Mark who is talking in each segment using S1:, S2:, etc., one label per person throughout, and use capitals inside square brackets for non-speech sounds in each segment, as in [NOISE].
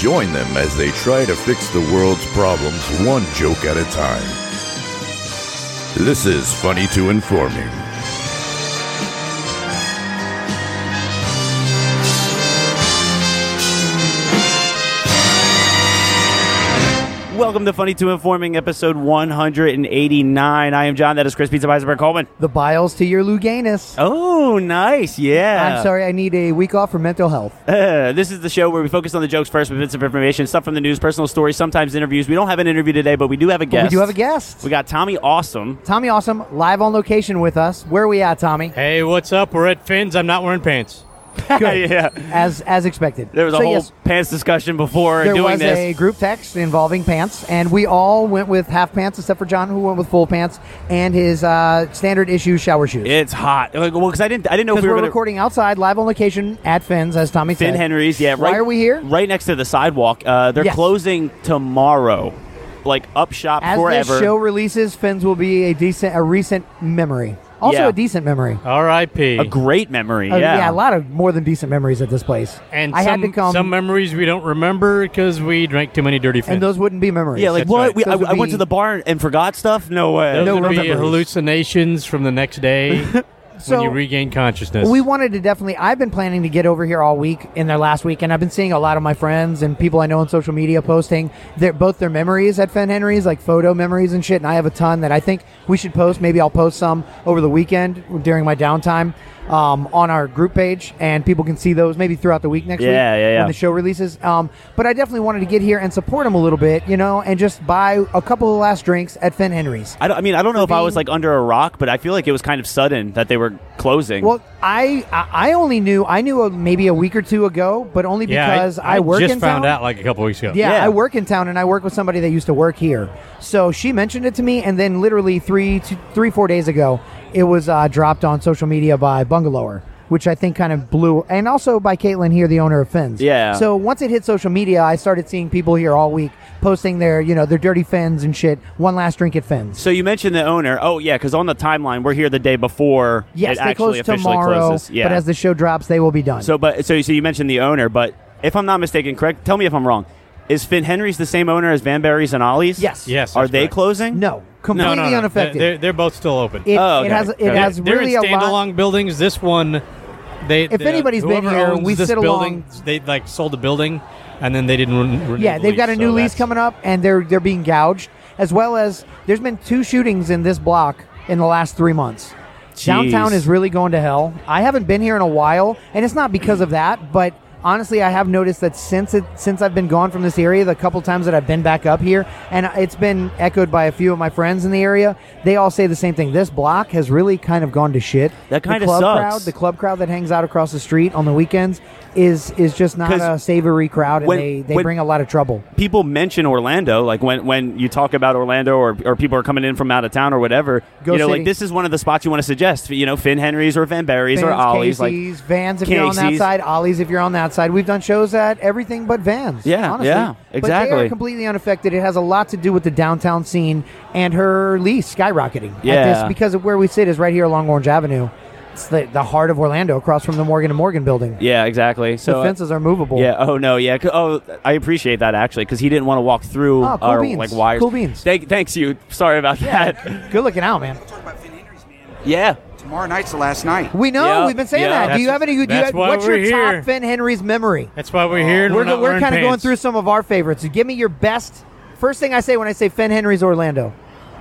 S1: Join them as they try to fix the world's problems one joke at a time. This is Funny to Informing.
S2: Welcome to Funny to Informing, episode 189. I am John. That is Chris Pizza Eisenberg Coleman.
S3: The Biles to your Luganus.
S2: Oh, nice. Yeah.
S3: I'm sorry, I need a week off for mental health.
S2: Uh, [LAUGHS] this is the show where we focus on the jokes first with bits of information, stuff from the news, personal stories, sometimes interviews. We don't have an interview today, but we do have a
S3: But
S2: guest.
S3: we do have a guest.
S2: We got Tommy Awesome.
S3: Tommy Awesome, live on location with us. Where are we at, Tommy?
S4: Hey, what's up? We're at Finn's. I'm not wearing pants.
S3: [LAUGHS] Good.
S2: [LAUGHS] yeah.
S3: as as expected.
S2: There was a
S3: So,
S2: whole
S3: yes,
S2: pants discussion before
S3: there
S2: doing
S3: was
S2: this.
S3: a group text involving pants, and we all went with half pants except for John, who went with full pants and his uh, standard issue shower shoes.
S2: It's hot. Like, well, because I didn't, I didn't know if
S3: Because
S2: we
S3: we
S2: were
S3: are
S2: going
S3: recording outside, live on location at Finn's, as Tommy
S2: Finn
S3: said.
S2: Henry's. Yeah.
S3: Why
S2: Right,
S3: are we here?
S2: Right next to the sidewalk. Uh, they're
S3: Yes.
S2: closing tomorrow. Like up shop
S3: As
S2: forever.
S3: this show releases, Finn's will be a decent, a recent memory. Also,
S2: Yeah.
S3: a decent memory.
S4: R.I.P.
S2: a great memory.
S3: Uh,
S2: yeah.
S3: a lot of more than decent memories at this place.
S4: and
S3: I
S4: some,
S3: had to come,
S4: some memories we don't remember because we drank too many dirty Finn's.
S3: and those wouldn't be memories.
S2: Yeah, like
S4: That's
S2: what?
S4: right.
S2: We, I,
S3: Those would
S2: I went
S3: be-
S2: to the bar and forgot stuff. No way.
S4: Those
S3: No
S4: would be
S3: remembers.
S4: hallucinations from the next
S3: [LAUGHS]
S4: day when
S3: so
S4: you regain consciousness.
S3: we wanted to definitely. I've been planning to get over here all week in their last week, and I've been seeing a lot of my friends and people I know on social media posting their both their memories at Fen Henry's, like photo memories and shit. And I have a ton that I think we should post. Maybe I'll post some over the weekend during my downtime. Um, on our group page, and people can see those maybe throughout the week next week
S2: Yeah, yeah, yeah.
S3: when the show releases. Um, but I definitely wanted to get here and support them a little bit, you know, and just buy a couple of last drinks at Fen Henry's.
S2: I, don't, I mean, I don't know if I was
S3: being-
S2: like under a rock, but I feel like it was kind of sudden that they were closing.
S3: Well, I I I only knew I knew uh maybe a week or two ago, but only
S4: yeah,
S3: because
S4: I,
S3: I, work
S4: just
S3: in
S4: found
S3: town.
S4: out like a couple weeks ago.
S3: Yeah,
S2: Yeah.
S3: I work in town, and I work with somebody that used to work here. So she mentioned it to me, and then literally three two, three four days ago, it was uh, dropped on social media by Bungalower, which I think kind of blew, and also by Caitlin here, the owner of Fins.
S2: Yeah.
S3: So once it hit social media, I started seeing people here all week posting their you know their dirty fins and shit. One last drink at Fins.
S2: so you mentioned the owner. Oh yeah, because on the timeline we're here the day before
S3: Yes,
S2: it
S3: they
S2: actually
S3: close
S2: officially
S3: tomorrow,
S2: closes. Yeah.
S3: but as the show drops, they will be done.
S2: so but so you so you mentioned the owner, but if I'm not mistaken, correct? Tell me if I'm wrong. Is Finn Henry's the same owner as Van Barry's and Ollie's?
S3: Yes.
S4: Yes,
S2: Are
S4: that's
S2: they
S4: correct.
S2: closing?
S3: no,
S4: No,
S3: completely
S4: no, no.
S3: unaffected.
S4: They're, they're both still open.
S3: It,
S2: Oh,
S3: it
S2: okay.
S3: has it
S2: Okay.
S3: has
S4: they're
S3: really
S4: in
S3: a lot.
S4: standalone buildings. This one, they.
S3: If
S4: the-
S3: anybody's been
S4: whoever
S3: here,
S4: owns
S3: we
S4: this
S3: sit
S4: building,
S3: along-
S4: They like sold the building, and then they didn't. Re- renew
S3: Yeah,
S4: the
S3: they've got a
S4: lease,
S3: new
S4: so
S3: lease
S4: that's-
S3: coming up, and they're they're being gouged, as well as there's been two shootings in this block in the last three months. Downtown is really going to hell. I haven't been here in a while, and it's not because of that, but honestly, I have noticed that since it since I've been gone from this area, the couple times that I've been back up here, and it's been echoed by a few of my friends in the area. They all say the same thing. This block has really kind of gone to shit.
S2: That kinda
S3: the club
S2: sucks.
S3: Crowd, the club crowd that hangs out across the street on the weekends is is just not
S2: 'Cause
S3: a savory crowd, and
S2: when-
S3: they they
S2: when-
S3: bring a lot of trouble.
S2: people mention Orlando, like when, when you talk about Orlando or, or people are coming in from out of town or whatever,
S3: Go
S2: you know,
S3: City.
S2: like this is one of the spots you want to suggest. You know, Finn Henry's or Van Barry's or
S3: Vans,
S2: Ollie's. like,
S3: Casey's, Vans if you're on that
S2: Casey's.
S3: side, Ollie's if you're on that side. We've done shows at everything but Vans.
S2: Yeah,
S3: honestly.
S2: yeah,
S3: But they are
S2: exactly.
S3: completely unaffected. It has a lot to do with the downtown scene and her lease skyrocketing. at
S2: Yeah.
S3: this- because of where we sit is right here along Orange Avenue. It's the, the heart of Orlando, across from the Morgan and Morgan building.
S2: yeah, exactly. So
S3: the
S2: uh,
S3: fences are movable.
S2: Yeah. Oh no. Yeah. 'cause- Oh, I appreciate that actually because he didn't want to walk through
S3: Oh, cool
S2: our
S3: beans.
S2: like wires.
S3: Cool beans.
S2: Thank, thanks you. Sorry about that.
S3: [LAUGHS] Good looking out, man.
S5: Talk about Finn Henry's, man.
S2: yeah.
S5: Tomorrow night's the last night.
S3: We know
S2: Yeah,
S3: we've been saying
S2: yeah.
S3: that. Do you
S4: That's-
S3: have any? Do you
S4: that's
S3: have,
S4: why
S3: what's your
S4: we're here.
S3: top Finn Henry's memory?
S4: That's why we're here. and
S3: We're,
S4: we're, not
S3: we're
S4: wearing
S3: kind of going
S4: pants.
S3: through some of our favorites. Give me your best. First thing I say when I say Finn Henry's Orlando.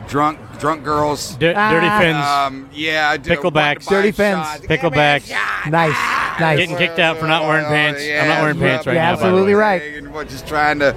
S5: Drunk, drunk girls.
S4: Di- dirty
S3: Ah.
S4: Finn's.
S5: Um, yeah, I do-
S4: Picklebacks.
S5: wanted to buy a
S3: Dirty Fins.
S5: shot. Give me a
S4: Picklebacks.
S5: shot.
S3: Nice. Nice.
S4: Getting kicked out for not wearing
S5: Oh,
S4: pants. I'm not wearing pants right
S3: You're
S4: now. by the way.
S3: absolutely right.
S5: We're just trying to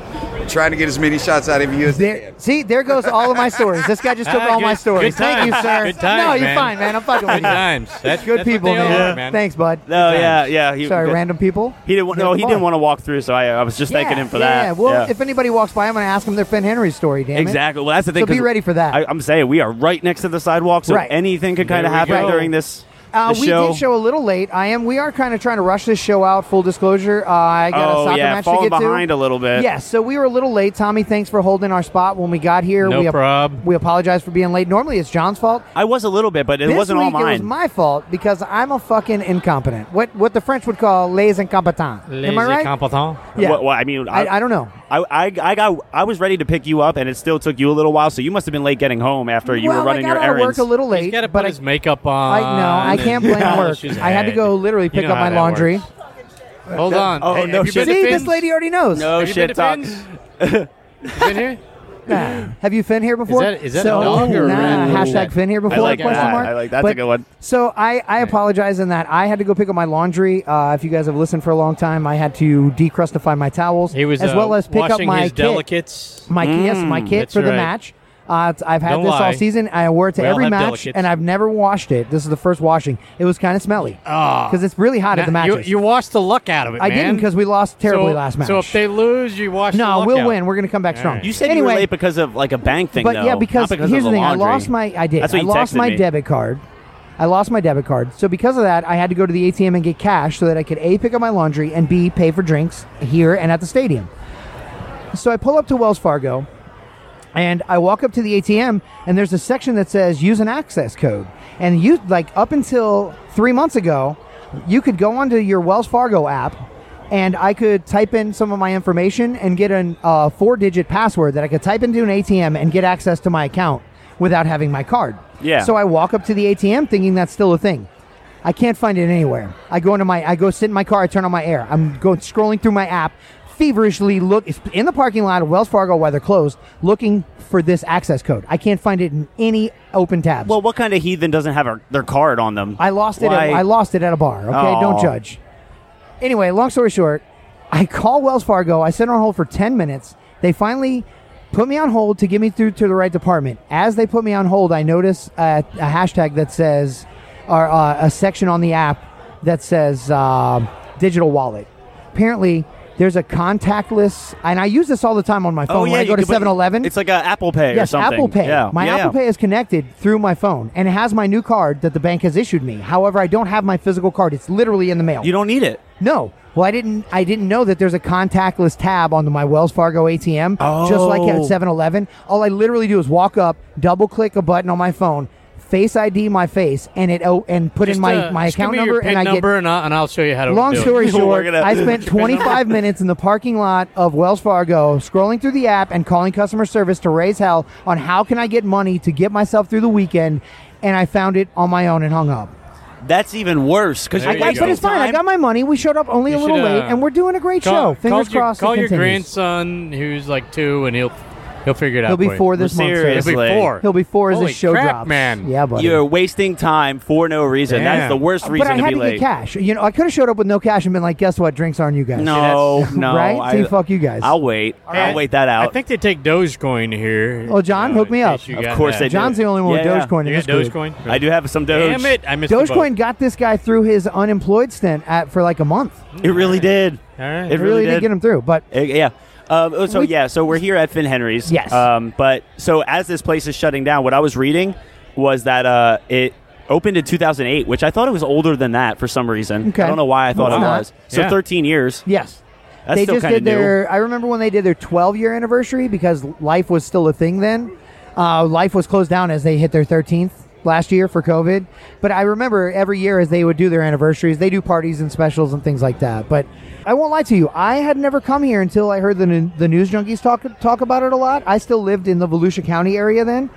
S5: trying to get as many shots out of you as they
S3: There,
S5: can.
S3: see, there goes all of my stories. This guy just took
S4: Ah,
S3: all
S4: good-
S3: my stories.
S4: good
S3: Thank you,
S4: times.
S3: sir.
S4: Good times,
S3: no, you're
S4: man.
S3: fine, man. I'm fucking with
S4: [LAUGHS] Good
S3: you.
S4: times. That's
S3: Good
S4: that's what
S3: people,
S4: they
S3: man.
S4: are, man.
S3: Thanks, bud.
S2: No, yeah, yeah. He,
S3: Sorry,
S2: good.
S3: random people.
S2: He didn't. wa- No, he
S3: Fun.
S2: didn't want to walk through. So I, I was just thanking him for that.
S3: Yeah, well,
S2: Yeah.
S3: if anybody walks by, I'm going to ask them their Finn Henry story, damn it.
S2: exactly. Well, that's the thing.
S3: So be
S2: 'cause
S3: ready for that.
S2: I, I'm saying we are right next to the sidewalk, so
S3: Right.
S2: anything could kind of
S4: There we
S2: happen
S4: go.
S2: during this.
S3: Uh,
S2: this
S3: we
S2: show.
S3: did show a little late. I am. We are kind of trying to rush this show out. Full disclosure, uh, I got
S2: Oh,
S3: a soccer
S2: yeah,
S3: match to
S2: falling
S3: get
S2: behind
S3: to.
S2: a little bit.
S3: Yes, so we were a little late. Tommy, thanks for holding our spot when we got here.
S4: No
S3: we ap-
S4: prob.
S3: We apologize for being late. Normally, it's John's fault.
S2: I was a little bit, but it
S3: this
S2: wasn't
S3: week
S2: all mine.
S3: It was my fault because I'm a fucking incompetent. What what the French would call les incompetents. Am I
S4: Lazy
S3: right?
S4: competent.
S3: yeah.
S2: Well, well, I mean,
S3: I, I don't know.
S2: I, I, I got I was ready to pick you up, and it still took you a little while. So you must have been late getting home after you
S3: well,
S2: were running
S3: I got
S2: your
S3: out of
S2: errands.
S3: work a little
S4: He's
S3: late,
S4: got to
S3: but
S4: put
S3: I,
S4: his makeup
S3: [LAUGHS] I
S4: on.
S3: no, I
S4: [LAUGHS]
S3: can't blame work. I had to go literally pick up my laundry.
S4: Hold on.
S2: Oh,
S4: Hey,
S2: no
S4: have you
S2: shit.
S4: been
S3: See,
S4: to
S3: this
S4: Finn's?
S3: lady already knows.
S2: no
S4: Have you
S2: shit
S4: been to
S2: talk.
S4: Finn's? [LAUGHS] You been here?
S3: Nah. Have you Finn here before?
S4: that- is that a
S3: so,
S4: dog or a
S3: nah,
S4: rat?
S3: hashtag Finn here before?
S2: I like
S3: question
S2: that.
S3: mark.
S2: I like that's a
S3: But-
S2: good one.
S3: So I, I apologize in that I had to go pick up my laundry. Uh, if you guys have listened for a long time, I had to decrustify my towels
S4: He was
S3: as
S4: uh,
S3: well as pick up
S4: washing
S3: my
S4: his
S3: kit.
S4: delicates.
S3: My yes, my kit
S4: that's
S3: for the
S4: right.
S3: match. Uh, it's- I've had
S4: Don't
S3: this all
S4: lie.
S3: season. I wore it to
S4: We all
S3: every
S4: have
S3: match,
S4: delicates.
S3: and I've never washed it. This is the first washing. It was kind of smelly because it's really hot at the
S4: Ah. you,
S3: matches.
S4: you washed the luck out of it.
S3: I
S4: man.
S3: didn't because we lost terribly
S4: so,
S3: last match.
S4: So if they lose, you wash. the
S3: no,
S4: luck
S3: we'll
S4: out.
S3: win. We're going to come back strong.
S4: right.
S2: You said you
S3: anyway,
S2: were late because of like a bank thing,
S3: But
S2: though.
S3: yeah,
S2: not
S3: because,
S2: because
S3: here's
S2: of the,
S3: the, thing.
S2: laundry.
S3: I lost my. I did.
S2: That's what
S3: I
S2: you
S3: lost
S2: texted
S3: my
S2: me.
S3: debit card. I lost my debit card. So because of that, I had to go to the ATM and get cash so that I could a pick up my laundry and b pay for drinks here and at the stadium. So I pull up to Wells Fargo, and I walk up to the ATM, and there's a section that says use an access code. And you like up until three months ago, you could go onto your Wells Fargo app, and I could type in some of my information and get a uh, four-digit password that I could type into an ATM and get access to my account without having my card.
S2: Yeah.
S3: So I walk up to the ATM thinking that's still a thing. I can't find it anywhere. I go into my, I go sit in my car. I turn on my air. I'm going scrolling through my app, feverishly look it's in the parking lot of Wells Fargo while they're closed, looking for this access code. I can't find it in any open tabs.
S2: Well, what kind of heathen doesn't have a, their card on them?
S3: I lost it. At,
S2: Why-
S3: I lost it at a bar. Okay,
S2: Aw.
S3: don't judge. Anyway, long story short, [LAUGHS] I call Wells Fargo. I sit on hold for ten minutes. They finally put me on hold to get me through to the right department. As they put me on hold, I notice uh, a hashtag that says, or uh, a section on the app that says um digital wallet. Apparently. There's a contactless, and I use this all the time on my phone
S2: Oh yeah,
S3: when I
S2: you
S3: go to
S2: could put-
S3: 7-Eleven.
S2: It's like a Apple Pay or
S3: Yes,
S2: something.
S3: Apple Pay.
S2: Yeah.
S3: My
S2: Yeah.
S3: Apple Pay is connected through my phone, and it has my new card that the bank has issued me. However, I don't have my physical card; it's literally in the mail.
S2: You don't need it.
S3: no. Well, I didn't. I didn't know that there's a contactless tab on my Wells Fargo ATM, just like at
S2: Oh.
S3: 7-Eleven. All I literally do is walk up, double click a button on my phone, Face ID my face, and it oh, and put
S4: Just,
S3: in my
S4: uh,
S3: my
S4: just give
S3: account
S4: me your
S3: number,
S4: PIN
S3: and I get
S4: number and, I, and I'll show you
S2: Oh,
S4: how to.
S3: Long
S4: do
S2: [LAUGHS]
S4: it.
S3: story
S2: We're
S3: short,
S2: gonna-
S3: I spent 25 minutes in the parking lot of Wells Fargo scrolling through the app and calling customer service to raise hell on how can I get money to get myself through the weekend, and I found it on my own and hung up.
S2: That's even worse because
S4: There
S2: you
S4: you
S2: got
S4: go.
S3: But it's fine. I got my money. We showed up only
S4: You
S3: a little
S4: should, uh,
S3: late, and we're doing a great show. Fingers
S4: call your,
S3: crossed.
S4: Call
S3: it
S4: your
S3: continues.
S4: grandson, who's like two, and he'll he'll figure it out.
S3: He'll be
S4: for you.
S3: four this month. sir.
S2: Serious.
S4: He'll be four.
S3: He'll be four as
S4: Holy
S3: this show
S4: crap,
S3: drops.
S4: man.
S3: Yeah, buddy.
S2: You're wasting time for no reason. That's
S4: Damn.
S2: the worst
S3: but
S2: reason
S3: I
S2: to
S3: had to
S2: be
S3: get
S2: late.
S3: cash. You know, I could have showed up with no cash and been like, "Guess what? Drinks aren't you guys."
S2: No,
S4: [LAUGHS]
S2: no.
S3: right?
S2: I,
S3: See, fuck you guys.
S2: I'll wait. I'll
S4: Hey,
S2: wait that out.
S4: I think they take Dogecoin here.
S3: Oh, John,
S4: You know,
S3: hook me
S4: in
S3: up.
S4: case you
S2: Of
S4: got
S2: course
S4: that.
S2: they do.
S3: John's the only one
S2: Yeah, yeah.
S3: with Dogecoin
S4: You
S3: in
S4: got
S3: this group.
S4: Dogecoin?
S2: I do have some Doge.
S4: Damn it! I missed
S3: Dogecoin got this guy through his unemployed stint at, for like a month.
S2: It really did.
S4: All right.
S2: It
S3: It really, did get him through. But
S2: Uh, yeah. Um, so
S3: We-
S2: yeah, so we're here at Finn Henry's.
S3: Yes.
S2: Um, but so as this place is shutting down, what I was reading was that uh, it opened in 2008, which I thought it was older than that for some reason.
S3: Okay.
S2: I don't know why I thought it
S3: No, it's not.
S2: was. So
S4: Yeah.
S2: 13 years.
S3: yes,
S2: That's
S3: they
S2: still
S3: just
S2: kinda
S3: did
S2: new.
S3: their. I remember when they did their 12 year anniversary because life was still a thing then. Uh, life was closed down as they hit their 13th last year for COVID. But I remember every year as they would do their anniversaries, they do parties and specials and things like that. But I won't lie to you, I had never come here until I heard the nu- the news junkies talk talk about it a lot. I still lived in the Volusia County area then.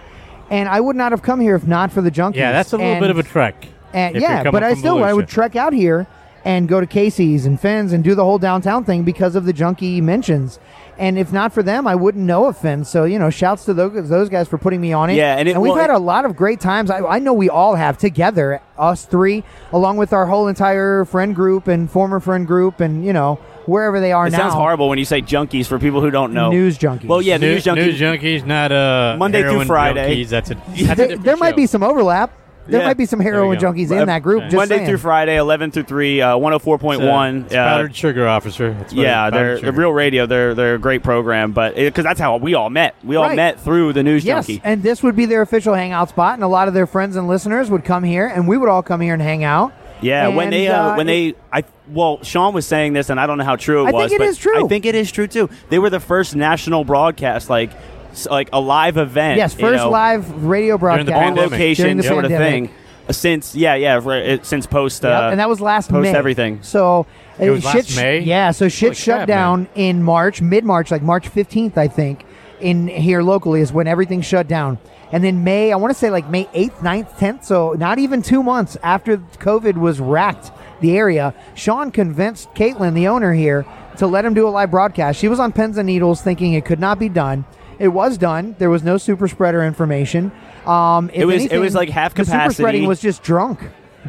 S3: And I would not have come here if not for the junkies.
S4: Yeah, that's a little
S3: And-
S4: bit of a trek.
S3: And
S4: if
S3: yeah,
S4: you're coming
S3: but I
S4: from
S3: still I
S4: Volusia.
S3: would trek out here and go to Casey's and Finn's and do the whole downtown thing because of the junkie mentions. And if not for them, I wouldn't know of Finn. So you know, shouts to those, those guys for putting me on it.
S2: Yeah, and it-
S3: we've
S2: well,
S3: had
S2: it-
S3: a lot of great times. I, I know we all have together, us three, along with our whole entire friend group and former friend group, and you know wherever they are
S2: It
S3: now.
S2: sounds horrible when you say junkies for people who don't know.
S3: News junkies.
S2: Well, yeah, news,
S4: News,
S2: junkies.
S4: news junkies, not uh,
S2: Monday through
S4: heroin
S2: Friday.
S4: junkies. That's a, that's a
S3: There,
S4: different
S3: there might
S4: show.
S3: be some overlap. There
S2: Yeah.
S3: might be some
S4: you
S3: heroin
S4: go.
S3: junkies in that group. Just
S2: Monday
S3: saying.
S2: through Friday, 11 through 3, uh,
S4: It's,
S2: 104.1.
S4: uh, it's powdered sugar officer. That's what it is,
S2: yeah,
S4: powdered
S2: they're,
S4: sugar.
S2: they're real radio. They're they're a great program, but because that's how we all met. We all
S3: Right.
S2: met through the news
S3: Yes,
S2: junkie.
S3: and this would be their official hangout spot, and a lot of their friends and listeners would come here, and we would all come here and hang out.
S2: Yeah, when
S3: And,
S2: they uh,
S3: uh,
S2: when
S3: it-
S2: they I well, Sean was saying this, and I don't know how true it
S3: I think
S2: was.
S3: it
S2: but
S3: is true.
S2: I think it is true too. They were the first national broadcast, like s- like a live event.
S3: yes,
S2: you
S3: first
S2: know,
S3: live radio broadcast
S4: the
S2: on
S4: pandemic.
S2: location
S3: during the
S2: sort of
S3: pandemic.
S2: thing. Uh, Since yeah yeah for- it- since post uh,
S3: Yep, and that was last
S2: post
S3: May.
S2: everything.
S3: So
S4: It was
S3: uh,
S4: last
S3: shit-
S4: May?
S3: Yeah, so shit
S4: Holy
S3: shut
S4: crap,
S3: down in March, mid March, like March fifteenth, I think. In here locally is when everything shut down, and then May, I want to say like May eighth, 9th, tenth. So not even two months after COVID was racked the area, Sean convinced Caitlin, the owner here, to let him do a live broadcast. She was on pins and needles, thinking it could not be done. It was done. There was no super spreader information. Um, if
S2: It was- it
S3: anything,
S2: was, like, half
S3: the super
S2: capacity.
S3: spreading was just drunk,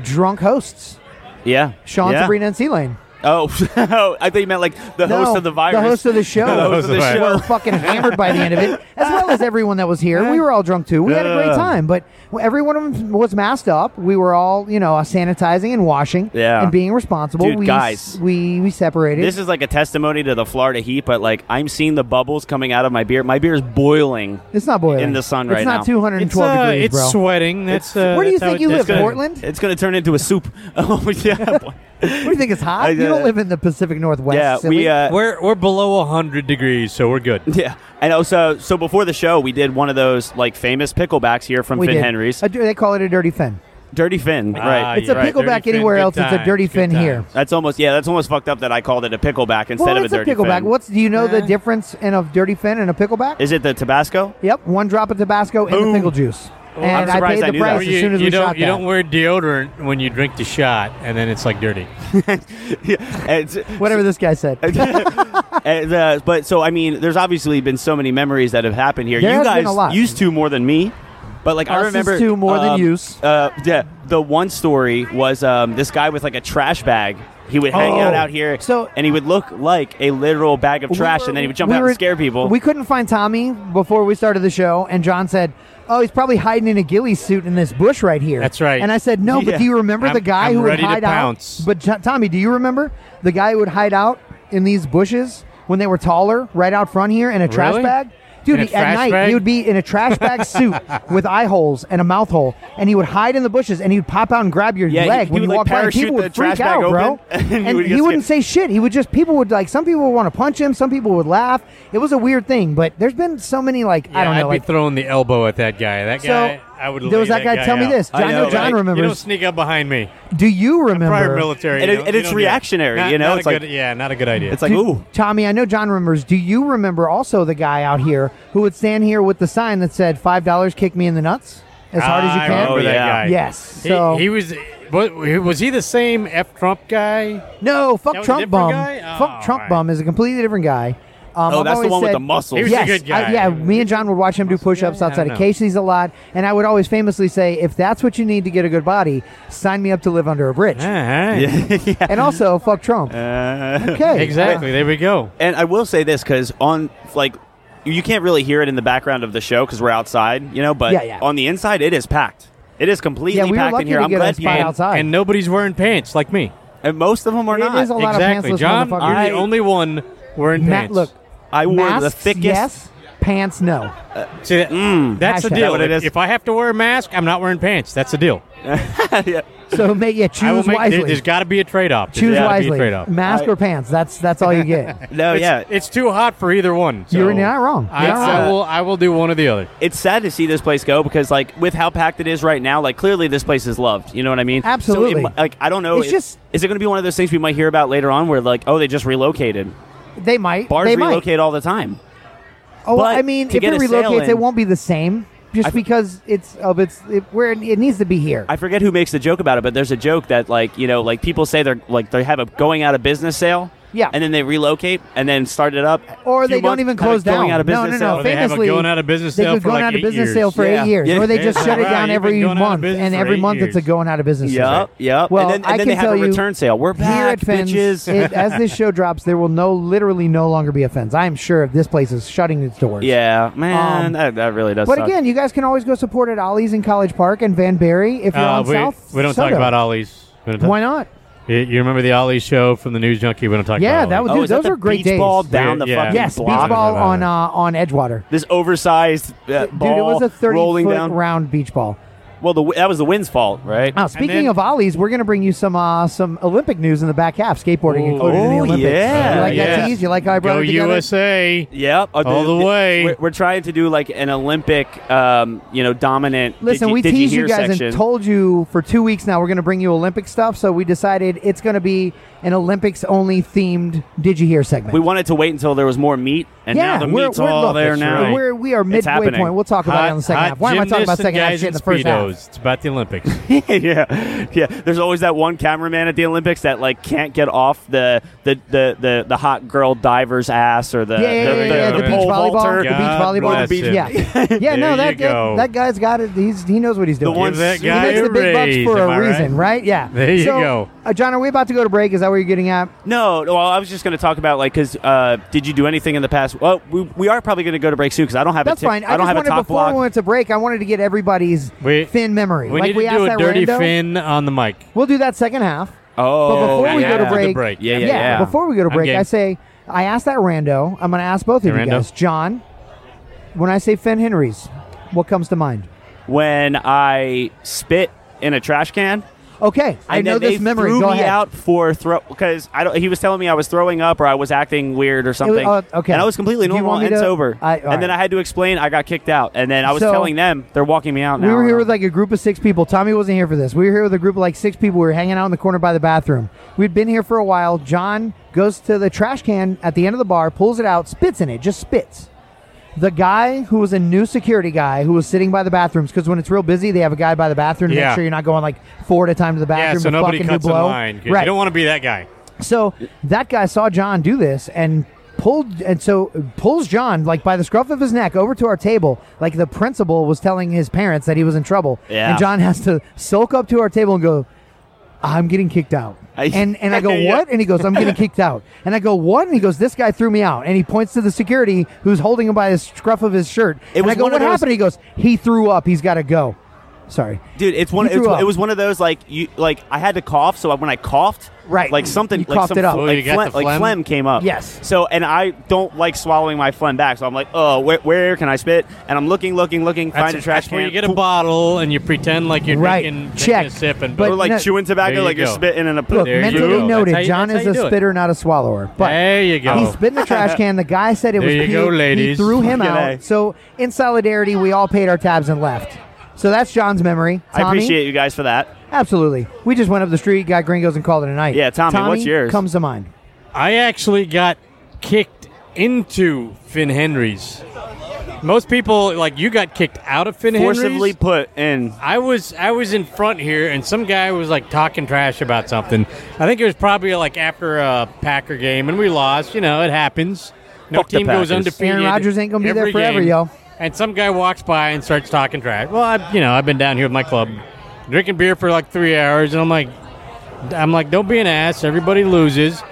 S3: drunk hosts.
S2: yeah
S3: Sean,
S2: yeah.
S3: Sabrina, and C Lane.
S2: [LAUGHS] Oh, [LAUGHS] I thought you meant like the
S3: No,
S2: host of the virus,
S3: The
S2: [LAUGHS]
S3: host of the show.
S2: The host of the
S4: Right.
S2: show. [LAUGHS]
S3: were [LAUGHS] fucking hammered by the end of it, as well as everyone that was here. We were all drunk too. We had a great time, but every one of them was masked up. We were all, you know, sanitizing and washing
S2: Yeah.
S3: and being responsible.
S2: Dude,
S3: we,
S2: guys.
S3: we we separated.
S2: This is like a testimony to the Florida heat, but like I'm seeing the bubbles coming out of my beer. My beer is boiling.
S3: it's not boiling
S2: in the sun right
S3: It's
S2: now.
S3: not 212
S4: It's, uh,
S3: degrees,
S4: it's
S3: bro.
S4: sweating. That's, uh,
S3: Where do you
S4: that's how
S3: think
S4: it-
S3: you
S4: that's
S3: live,
S4: gonna-
S3: Portland?
S2: It's gonna turn into a soup. [LAUGHS] Oh yeah, boy.
S3: What do you think it's hot?
S2: I-
S3: you
S2: uh,
S3: don't live in the Pacific Northwest.
S2: yeah.
S3: silly.
S2: We uh,
S4: We're we're below hundred degrees, so we're good.
S2: yeah, and also so before the show we did one of those like famous picklebacks here from
S3: we
S2: Finn
S3: did.
S2: Henry's
S3: I do- they call it a dirty fin.
S2: Dirty Finn, [LAUGHS]
S4: Ah,
S2: right?
S3: It's a
S4: you're right.
S3: pickleback
S4: Dirty fin,
S3: anywhere
S4: good
S3: else. It's a
S4: times,
S3: dirty
S4: good
S3: fin here.
S4: times.
S2: That's almost yeah. That's almost fucked up that I called it a pickleback instead
S3: well,
S2: of
S3: it's
S2: a dirty
S3: pickleback.
S2: fin.
S3: What's do you know the difference in a dirty fin and a pickleback?
S2: is it? The Tabasco? [LAUGHS]
S3: Yep, one drop of Tabasco in the pickle juice. And I
S2: surprised
S3: paid
S2: I
S3: the
S2: knew that.
S3: price
S2: Were
S3: as soon as
S4: you
S3: we
S4: don't,
S3: shot that.
S4: you don't wear deodorant when you drink the shot, and then it's like dirty.
S2: yeah. It's,
S3: Whatever this
S2: [LAUGHS]
S3: guy said.
S2: And, uh, but so I mean, there's obviously been so many memories that have happened here.
S3: There
S2: you
S3: has
S2: guys
S3: been a lot.
S2: used to more than me, but like I
S3: Us is
S2: remember
S3: to more than
S2: um,
S3: use.
S2: Uh, yeah, the one story was um, this guy with like a trash bag. He would hang
S3: Oh.
S2: out out here,
S3: So-
S2: and he would look like a literal bag of trash, and then he would jump
S3: We
S2: out
S3: were-
S2: and scare people.
S3: We couldn't find Tommy before we started the show, and John said, "Oh, he's probably hiding in a ghillie suit in this bush right here."
S4: That's right.
S3: And I said, "No, but
S2: Yeah.
S3: do you remember
S4: I'm-
S3: the guy
S4: I'm
S3: who would
S4: ready to
S3: hide
S4: pounce.
S3: out?" But Jo- Tommy, do you remember the guy who would hide out in these bushes when they were taller, right out front here, in a trash
S4: Really?
S3: bag? Dude,
S4: In a
S3: he- at
S4: trash
S3: night
S4: bag?
S3: he would be in a trash
S4: [LAUGHS]
S3: bag suit with eye holes and a mouth hole, and he would hide in the bushes, and he would pop out and grab your
S2: Yeah, he-
S3: leg
S2: he
S3: when
S2: would,
S3: you
S2: like,
S3: walked by. and
S2: parachute
S3: People
S2: the
S3: would
S2: trash
S3: freak
S2: bag
S3: out,
S2: open, [LAUGHS]
S3: bro,
S2: and you would get
S3: he wouldn't
S2: scared.
S3: say say shit. He would just people would like some people would want to punch him, some people would laugh. It was a weird thing, but there's been so many like I don't
S4: Yeah,
S3: know
S4: I'd
S3: like
S4: be throwing the elbow at that guy. That
S3: So,
S4: guy, I would.
S3: there was
S4: lay
S3: that guy, tell me
S4: out.
S3: this.
S2: I
S3: I know
S2: know,
S3: John
S2: like, you
S4: You don't
S3: remembers.
S4: sneak up behind me.
S3: do you
S4: Prior
S3: remember
S4: military,
S2: And
S4: you
S2: it-
S4: don't-
S2: and
S4: you
S2: it's
S4: don't do that.
S2: reactionary,
S4: Not-
S2: you know,
S4: not a
S2: it's like-
S4: good- yeah, not a good idea.
S2: it's like
S3: Do-
S2: ooh,
S3: Tommy, I know John remembers. Do you remember also the guy out here who would stand here with the sign that said five dollars kick me in the nuts as hard as you
S4: Ah, I
S3: can?
S4: remember that
S2: Yeah.
S4: guy.
S3: Yes.
S4: He-
S3: So
S4: he, was. wa- Was he the same F Trump
S2: [LAUGHS]
S4: guy?
S3: no, fuck
S4: That was a
S3: Trump
S4: different
S3: bum.
S4: guy?
S3: fuck
S4: Oh,
S3: Trump
S4: right.
S3: bum is a completely different guy. Um,
S2: oh,
S3: I've
S2: that's the
S3: always
S2: one with
S3: said-
S2: the muscles.
S4: He was a
S3: yes,
S4: good
S3: I-
S4: guy.
S3: yeah, me and John would watch him do push-ups
S4: guy? I
S3: outside
S4: don't
S3: of
S4: know.
S3: Casey's a lot, and I would always famously say, "If that's what you need to get a good body, sign me up to live under a bridge." And also, fuck Trump.
S2: Uh,
S3: okay,
S4: [LAUGHS] Exactly. There we go.
S2: And I will say this because on like you can't really hear it in the background of the show because we're outside, you know. But
S3: Yeah, yeah.
S2: on the inside, it is packed. It is completely
S3: Yeah, we were
S2: packed in
S3: lucky
S2: here.
S3: to
S2: I'm
S3: get a
S2: glad
S3: spot
S2: people,
S3: outside.
S4: And nobody's wearing pants like me.
S2: and most of them are
S3: It
S2: not.
S3: is a lot of
S4: exactly,
S3: pantsless
S4: John.
S3: motherfuckers.
S4: You're
S2: I-
S4: the only one wearing
S3: Matt,
S4: pants.
S3: look,
S2: I wore the
S3: masks,
S2: thickest.
S3: yes, pants, no.
S4: See, that- that's the
S3: Hashtag.
S4: deal.
S2: What it Mm. is.
S4: If I have to wear a mask, I'm not wearing pants. That's the deal.
S2: [LAUGHS]
S3: So may yeah,
S4: I will
S3: choose
S4: make. There,
S3: wisely.
S4: has got to be a trade-off. There's
S3: choose
S4: gotta be a
S3: wisely.
S4: trade-off.
S3: Mask or pants. That's that's all you get.
S4: [LAUGHS]
S2: No,
S4: it's,
S2: Oh, yeah,
S4: it's too hot for either one. so
S3: You're not wrong.
S4: I,
S3: You're
S4: I
S3: not
S2: wrong.
S4: will. I will do one or the other.
S2: it's sad to see this place go because like with how packed it is right now like clearly this place is loved you know what i mean So it
S3: Absolutely.
S2: mi- like i don't know
S3: It's
S2: it-
S3: just-
S2: is it going to be one of those things we might hear about later on where like oh they just relocated
S3: they might.
S2: bars
S3: they might.
S2: relocate all the time
S3: Oh,
S2: But
S3: I mean,
S2: to
S3: if
S2: get
S3: it
S2: a sale
S3: relocates,
S2: in-
S3: it won't be the same. just
S2: I-
S3: because it's of its it, where it, it needs to be here.
S2: I forget who makes the joke about it, but there's a joke that like you know like people say they're like they have a going out of business sale.
S3: Yeah.
S2: And then they relocate and then start it up.
S3: Or
S2: Few
S3: they don't
S2: months,
S3: even
S2: have it
S3: close
S2: going
S3: down.
S2: Out of
S3: No,
S2: business
S3: no, no.
S2: sale.
S4: They have a
S3: famously,
S4: going out of business
S3: they
S4: sale
S3: could
S4: for
S3: go
S4: like
S3: out of
S4: eight
S3: business
S4: years.
S3: sale for
S2: Yeah.
S3: eight years,
S2: Yeah.
S3: or they
S4: Yeah,
S3: just
S4: it's
S3: shut
S4: like,
S3: it
S4: wow,
S3: down
S4: you've been
S3: every
S4: going out of
S3: month,
S4: business
S3: and
S4: for
S3: every
S4: eight
S3: month it's a
S4: years.
S3: going out of business. sale.
S2: Yep, yep.
S3: Well,
S2: and then, and
S3: I
S2: then
S3: can
S2: they have
S3: tell
S2: a
S3: you,
S2: return sale. We're
S3: Here
S2: back,
S3: at Fens,
S2: bitches.
S3: it, as this show drops, there will no literally no longer be a Fens. I am sure if this place is shutting its doors.
S2: [LAUGHS] yeah, man,
S3: Um,
S2: that, that really does.
S3: But
S2: suck.
S3: again, you guys can always go support at Ollie's in College Park and Van Barry if you're
S4: Uh,
S3: on
S4: we,
S3: South.
S4: we don't talk
S3: Soto.
S4: about Ollie's. We don't talk-
S3: Why not?
S4: You, you remember the Ollie show from the News Junkie? We don't talk
S3: Yeah,
S4: about
S3: that
S4: Ollie's.
S2: oh,
S3: dude,
S2: is that
S3: those
S2: the
S3: are great
S2: beach
S3: days.
S2: ball down
S4: Yeah,
S2: the
S4: yeah.
S2: fucking
S3: Yes,
S2: block?
S3: beach ball
S4: No, no,
S3: on uh,
S4: no.
S3: on Edgewater.
S2: This oversized uh, ball
S3: Dude, it was a thirty
S2: rolling
S3: foot
S2: down.
S3: round Oh. beach ball.
S2: well, the, that was the wind's fault, right?
S3: Now, speaking
S4: then-
S3: of ollies, we're going to bring you some uh, some Olympic news in the back half. Skateboarding
S4: Ooh.
S3: included in the
S2: Oh,
S3: Olympics.
S2: yeah.
S3: you like
S4: Yeah.
S3: that tease? You like how I brought
S4: Go
S3: it together?
S4: USA.
S2: Yep, Uh,
S4: All the way.
S2: We're, we're trying to do like an Olympic, um, you know, dominant.
S3: Listen,
S2: did you,
S3: we
S2: did
S3: teased you,
S2: hear
S3: guys
S2: section.
S3: and told you for two weeks now we're going to bring you Olympic stuff. So we decided it's going to be an Olympics only themed Did You Hear segment.
S2: we wanted to wait until there was more meat, and
S3: yeah,
S2: now the
S3: we're,
S2: meat's
S3: we're,
S2: all
S3: look,
S2: there now.
S4: right.
S3: We're, we are midway
S2: happening.
S3: point. We'll talk about it on the second
S4: hot
S3: half. Why am I talking about
S4: gymnasts and
S3: second half
S4: guys
S3: shit in
S4: in
S3: the first
S4: Speedos.
S3: half?
S4: It's about
S3: [LAUGHS]
S4: the Olympics.
S2: [LAUGHS] yeah, yeah. There's always that one cameraman at the Olympics that like can't get off the the the the, the hot girl diver's ass or the
S3: Yeah, yeah,
S2: the,
S3: yeah,
S2: the,
S3: yeah,
S2: the
S3: the beach
S2: pole
S3: volleyball,
S2: vaulter.
S3: the beach
S4: God
S3: volleyball,
S4: bless him.
S3: yeah,
S4: [LAUGHS]
S3: yeah.
S4: There
S3: No,
S4: you
S3: that,
S4: go.
S3: that that guy's got it. He's he knows what he's doing.
S2: one-
S4: Give that
S2: He
S3: he
S4: guy
S3: makes
S4: a
S3: the big
S4: raise,
S3: bucks for
S4: am I
S3: a
S4: right?
S3: reason, right? Yeah.
S4: There you
S3: So,
S4: go.
S3: uh, John, are we about to go to break? Is that what you're getting at?
S2: No, no. Well, I was just going to talk about like because uh, did you do anything in the past? Well, we, we are probably going to go to break soon because I don't have
S3: That's
S2: a tip-
S3: fine. I,
S2: I don't
S3: just
S2: have a
S3: wanted
S2: top
S3: before
S2: block.
S3: we went to break, I wanted to get everybody's
S4: We-
S3: thin memory.
S4: we
S3: like
S4: need
S3: we
S4: to
S3: asked
S4: do a
S3: that
S4: dirty
S3: rando.
S4: fin on the mic.
S3: We'll do that second half.
S2: oh,
S3: But before we go
S4: after
S3: to
S4: the
S3: break,
S4: break.
S2: Yeah, yeah, yeah.
S3: Before we go to
S4: I'm
S3: break,
S4: game.
S3: I say I asked that rando. I'm going to ask both of
S4: Hey,
S3: you
S4: rando.
S3: guys, John. When I say Finn Henry's, what comes to mind?
S2: when I spit in a trash can.
S3: Okay, I
S2: and then
S3: know this
S2: they
S3: memory.
S2: Threw
S3: go
S2: me
S3: ahead.
S2: out for throw because I don't. He was telling me I was throwing up or I was acting weird or something.
S3: oh, okay.
S2: and I was completely
S3: Do you
S2: normal
S3: want me
S2: and
S3: to-
S2: sober.
S3: I- all
S2: and then
S3: right.
S2: I had to explain I got kicked out, and then I was
S3: So-
S2: telling them they're walking me out. Now
S3: We were here
S2: And
S3: with like a group of six people. Tommy wasn't here for this. We were here with a group of like six people. We were hanging out in the corner by the bathroom. We'd been here for a while. John goes to the trash can at the end of the bar, pulls it out, spits in it, just spits. The guy who was a new security guy who was sitting by the bathrooms because when it's real busy, they have a guy by the bathroom to
S4: Yeah.
S3: make sure you're not going like four at a time to the
S4: Yeah,
S3: bathroom.
S4: so
S3: to
S4: nobody
S3: fucking do
S4: cuts in
S3: blow.
S4: line. 'cause
S3: Right.
S4: You don't want to be that guy.
S3: So that guy saw John do this and pulled and so pulls John like by the scruff of his neck over to our table. Like the principal was telling his parents that he was in trouble.
S2: Yeah.
S3: And John has to sulk up to our table and go, I'm getting kicked out.
S2: I- [LAUGHS]
S3: and and I go,
S2: Yeah.
S3: What? And he goes, I'm getting kicked out. And I go, What? And he goes, This guy threw me out. And he points to the security who's holding him by the scruff of his shirt.
S2: It
S3: and
S2: was
S3: I go,
S2: one
S3: What
S2: of those-
S3: happened? He goes, He threw up, he's gotta go. Sorry.
S2: dude, it's one.
S3: You threw
S2: It's,
S3: up.
S2: it was one of those like you like I had to cough, so when I coughed,
S3: Right.
S2: like something
S3: You
S2: like
S3: coughed
S2: some
S3: it up.
S2: fl-
S4: Oh,
S2: like,
S4: you got
S2: phlegm,
S4: the
S2: like
S4: phlegm?
S2: phlegm came up.
S3: Yes.
S2: So and I don't like swallowing my phlegm back, so I'm like, oh, where, where can I spit? And I'm looking, looking, looking,
S4: That's-
S2: find a trash
S4: that's
S2: can.
S4: Where you get a bottle and you pretend like you're
S3: Right.
S4: drinking, taking
S3: Check.
S4: a sip and
S3: But-
S2: or like
S3: No.
S2: chewing tobacco,
S4: There you
S2: like you're
S4: go.
S2: spitting in a
S3: Look,
S4: There you
S3: mentally
S4: go.
S3: noted,
S4: That's how you-
S3: John
S4: that's
S3: is
S4: how
S3: a
S4: you do it.
S3: spitter, not a swallower. But
S4: there you go.
S3: He spit in the trash can. The guy said it
S4: [LAUGHS] There
S3: was
S4: you
S3: pee.
S4: go, ladies.
S3: He threw him
S2: Fucking
S3: out.
S2: A.
S3: So in solidarity, we all paid our tabs and left. So that's John's memory.
S2: I
S3: Tommy,
S2: appreciate you guys for that.
S3: Absolutely. We just went up the street, got gringos, and called it a night.
S2: Yeah, Tommy, what's yours?
S3: Comes to mind.
S4: I actually got kicked into Finn Henry's. Most people like you got kicked out of Finn
S2: Forcibly
S4: Henry's.
S2: put in.
S4: I was I was in front here, and some guy was like talking trash about something. I think it was probably like after a Packer game, and we lost. You know, it happens. No
S2: Fuck the
S4: team goes
S2: Packers.
S4: undefeated.
S3: Aaron Rodgers ain't gonna be there
S4: every
S3: forever,
S4: game.
S3: yo.
S4: And some guy walks by and starts talking trash. Well, I, you know, I've been down here with my club, drinking beer for like three hours, and I'm like, I'm like, don't be an ass. Everybody loses.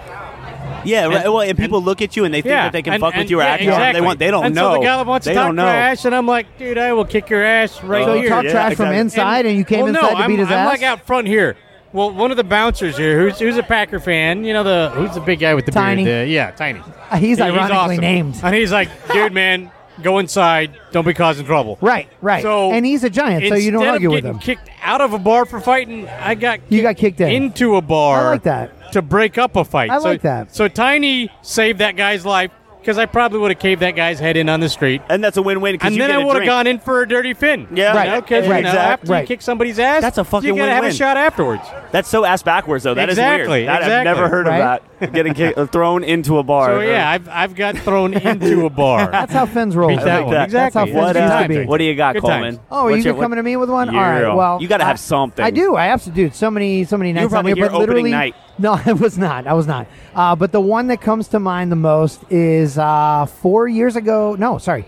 S2: Yeah, right.
S4: And-
S2: Well, and people look at you and they think that they can
S4: and-
S2: fuck with
S4: and-
S2: you or
S4: yeah,
S2: act however
S4: exactly.
S2: they want. They don't
S4: and
S2: know.
S4: So the guy that wants
S2: they
S4: to talk
S2: don't know.
S4: trash, and I'm like, dude, I will kick your ass right
S2: Oh,
S3: So
S4: here.
S3: you talked
S2: yeah,
S3: trash
S2: exactly.
S3: from inside, and, you came
S4: well,
S3: inside
S4: no,
S3: to
S4: I'm,
S3: beat his
S4: I'm
S3: ass.
S4: like out front here. Well, one of the bouncers here, who's who's a Packer fan, you know the who's the big guy with the
S3: Tiny.
S4: beard? Uh, yeah, tiny.
S3: Uh, He's
S4: He-
S3: ironically
S4: awesome.
S3: named.
S4: And he's like, dude, man, go inside. Don't be causing trouble.
S3: Right, right.
S4: So
S3: and he's a giant, so you don't
S4: instead
S3: argue
S4: of
S3: with
S4: getting
S3: him.
S4: Kicked out of a bar for fighting. I got
S3: You got kicked in.
S4: into a bar.
S3: I like that.
S4: to break up a fight.
S3: I
S4: So-
S3: like that.
S4: So Tiny saved that guy's life because I probably would have caved that guy's head in on the street,
S2: And that's a win-win. 'cause
S4: and
S2: you
S4: then
S2: get
S4: I
S2: a
S4: would have
S2: drink.
S4: gone in for a dirty fin.
S2: Yeah,
S3: Right.
S2: right.
S4: Because
S2: Okay,
S3: Right.
S4: you know, after
S3: Right.
S4: you kick somebody's ass,
S2: That's a fucking
S4: You gotta have a
S2: win-win.
S4: shot afterwards.
S2: That's so ass backwards though. That is
S4: Exactly,
S2: weird. That, I've
S4: exactly.
S2: never heard of
S3: Right?
S2: that. getting
S3: [LAUGHS]
S2: kick, thrown into a bar.
S4: So yeah, I've, I've got thrown into a bar.
S3: [LAUGHS] That's how Fins roll.
S4: Beat that
S2: like
S4: one.
S2: that.
S4: Exactly.
S3: That's how
S2: what,
S3: Fins used
S2: uh,
S3: to be.
S2: what do you got,
S4: Good
S2: Coleman?
S4: times.
S3: Oh,
S2: What's
S3: you
S2: your-
S3: coming to me with one? All
S2: Yeah.
S3: right. Well,
S2: You gotta
S3: I-
S2: have something.
S3: I do. I have to, dude. So many, so many nights.
S2: probably
S3: on here,
S2: here
S3: but
S2: opening
S3: literally,
S2: night.
S3: [LAUGHS] No, I was not. I was not. Uh, but the one that comes to mind the most is uh, four years ago. No, sorry,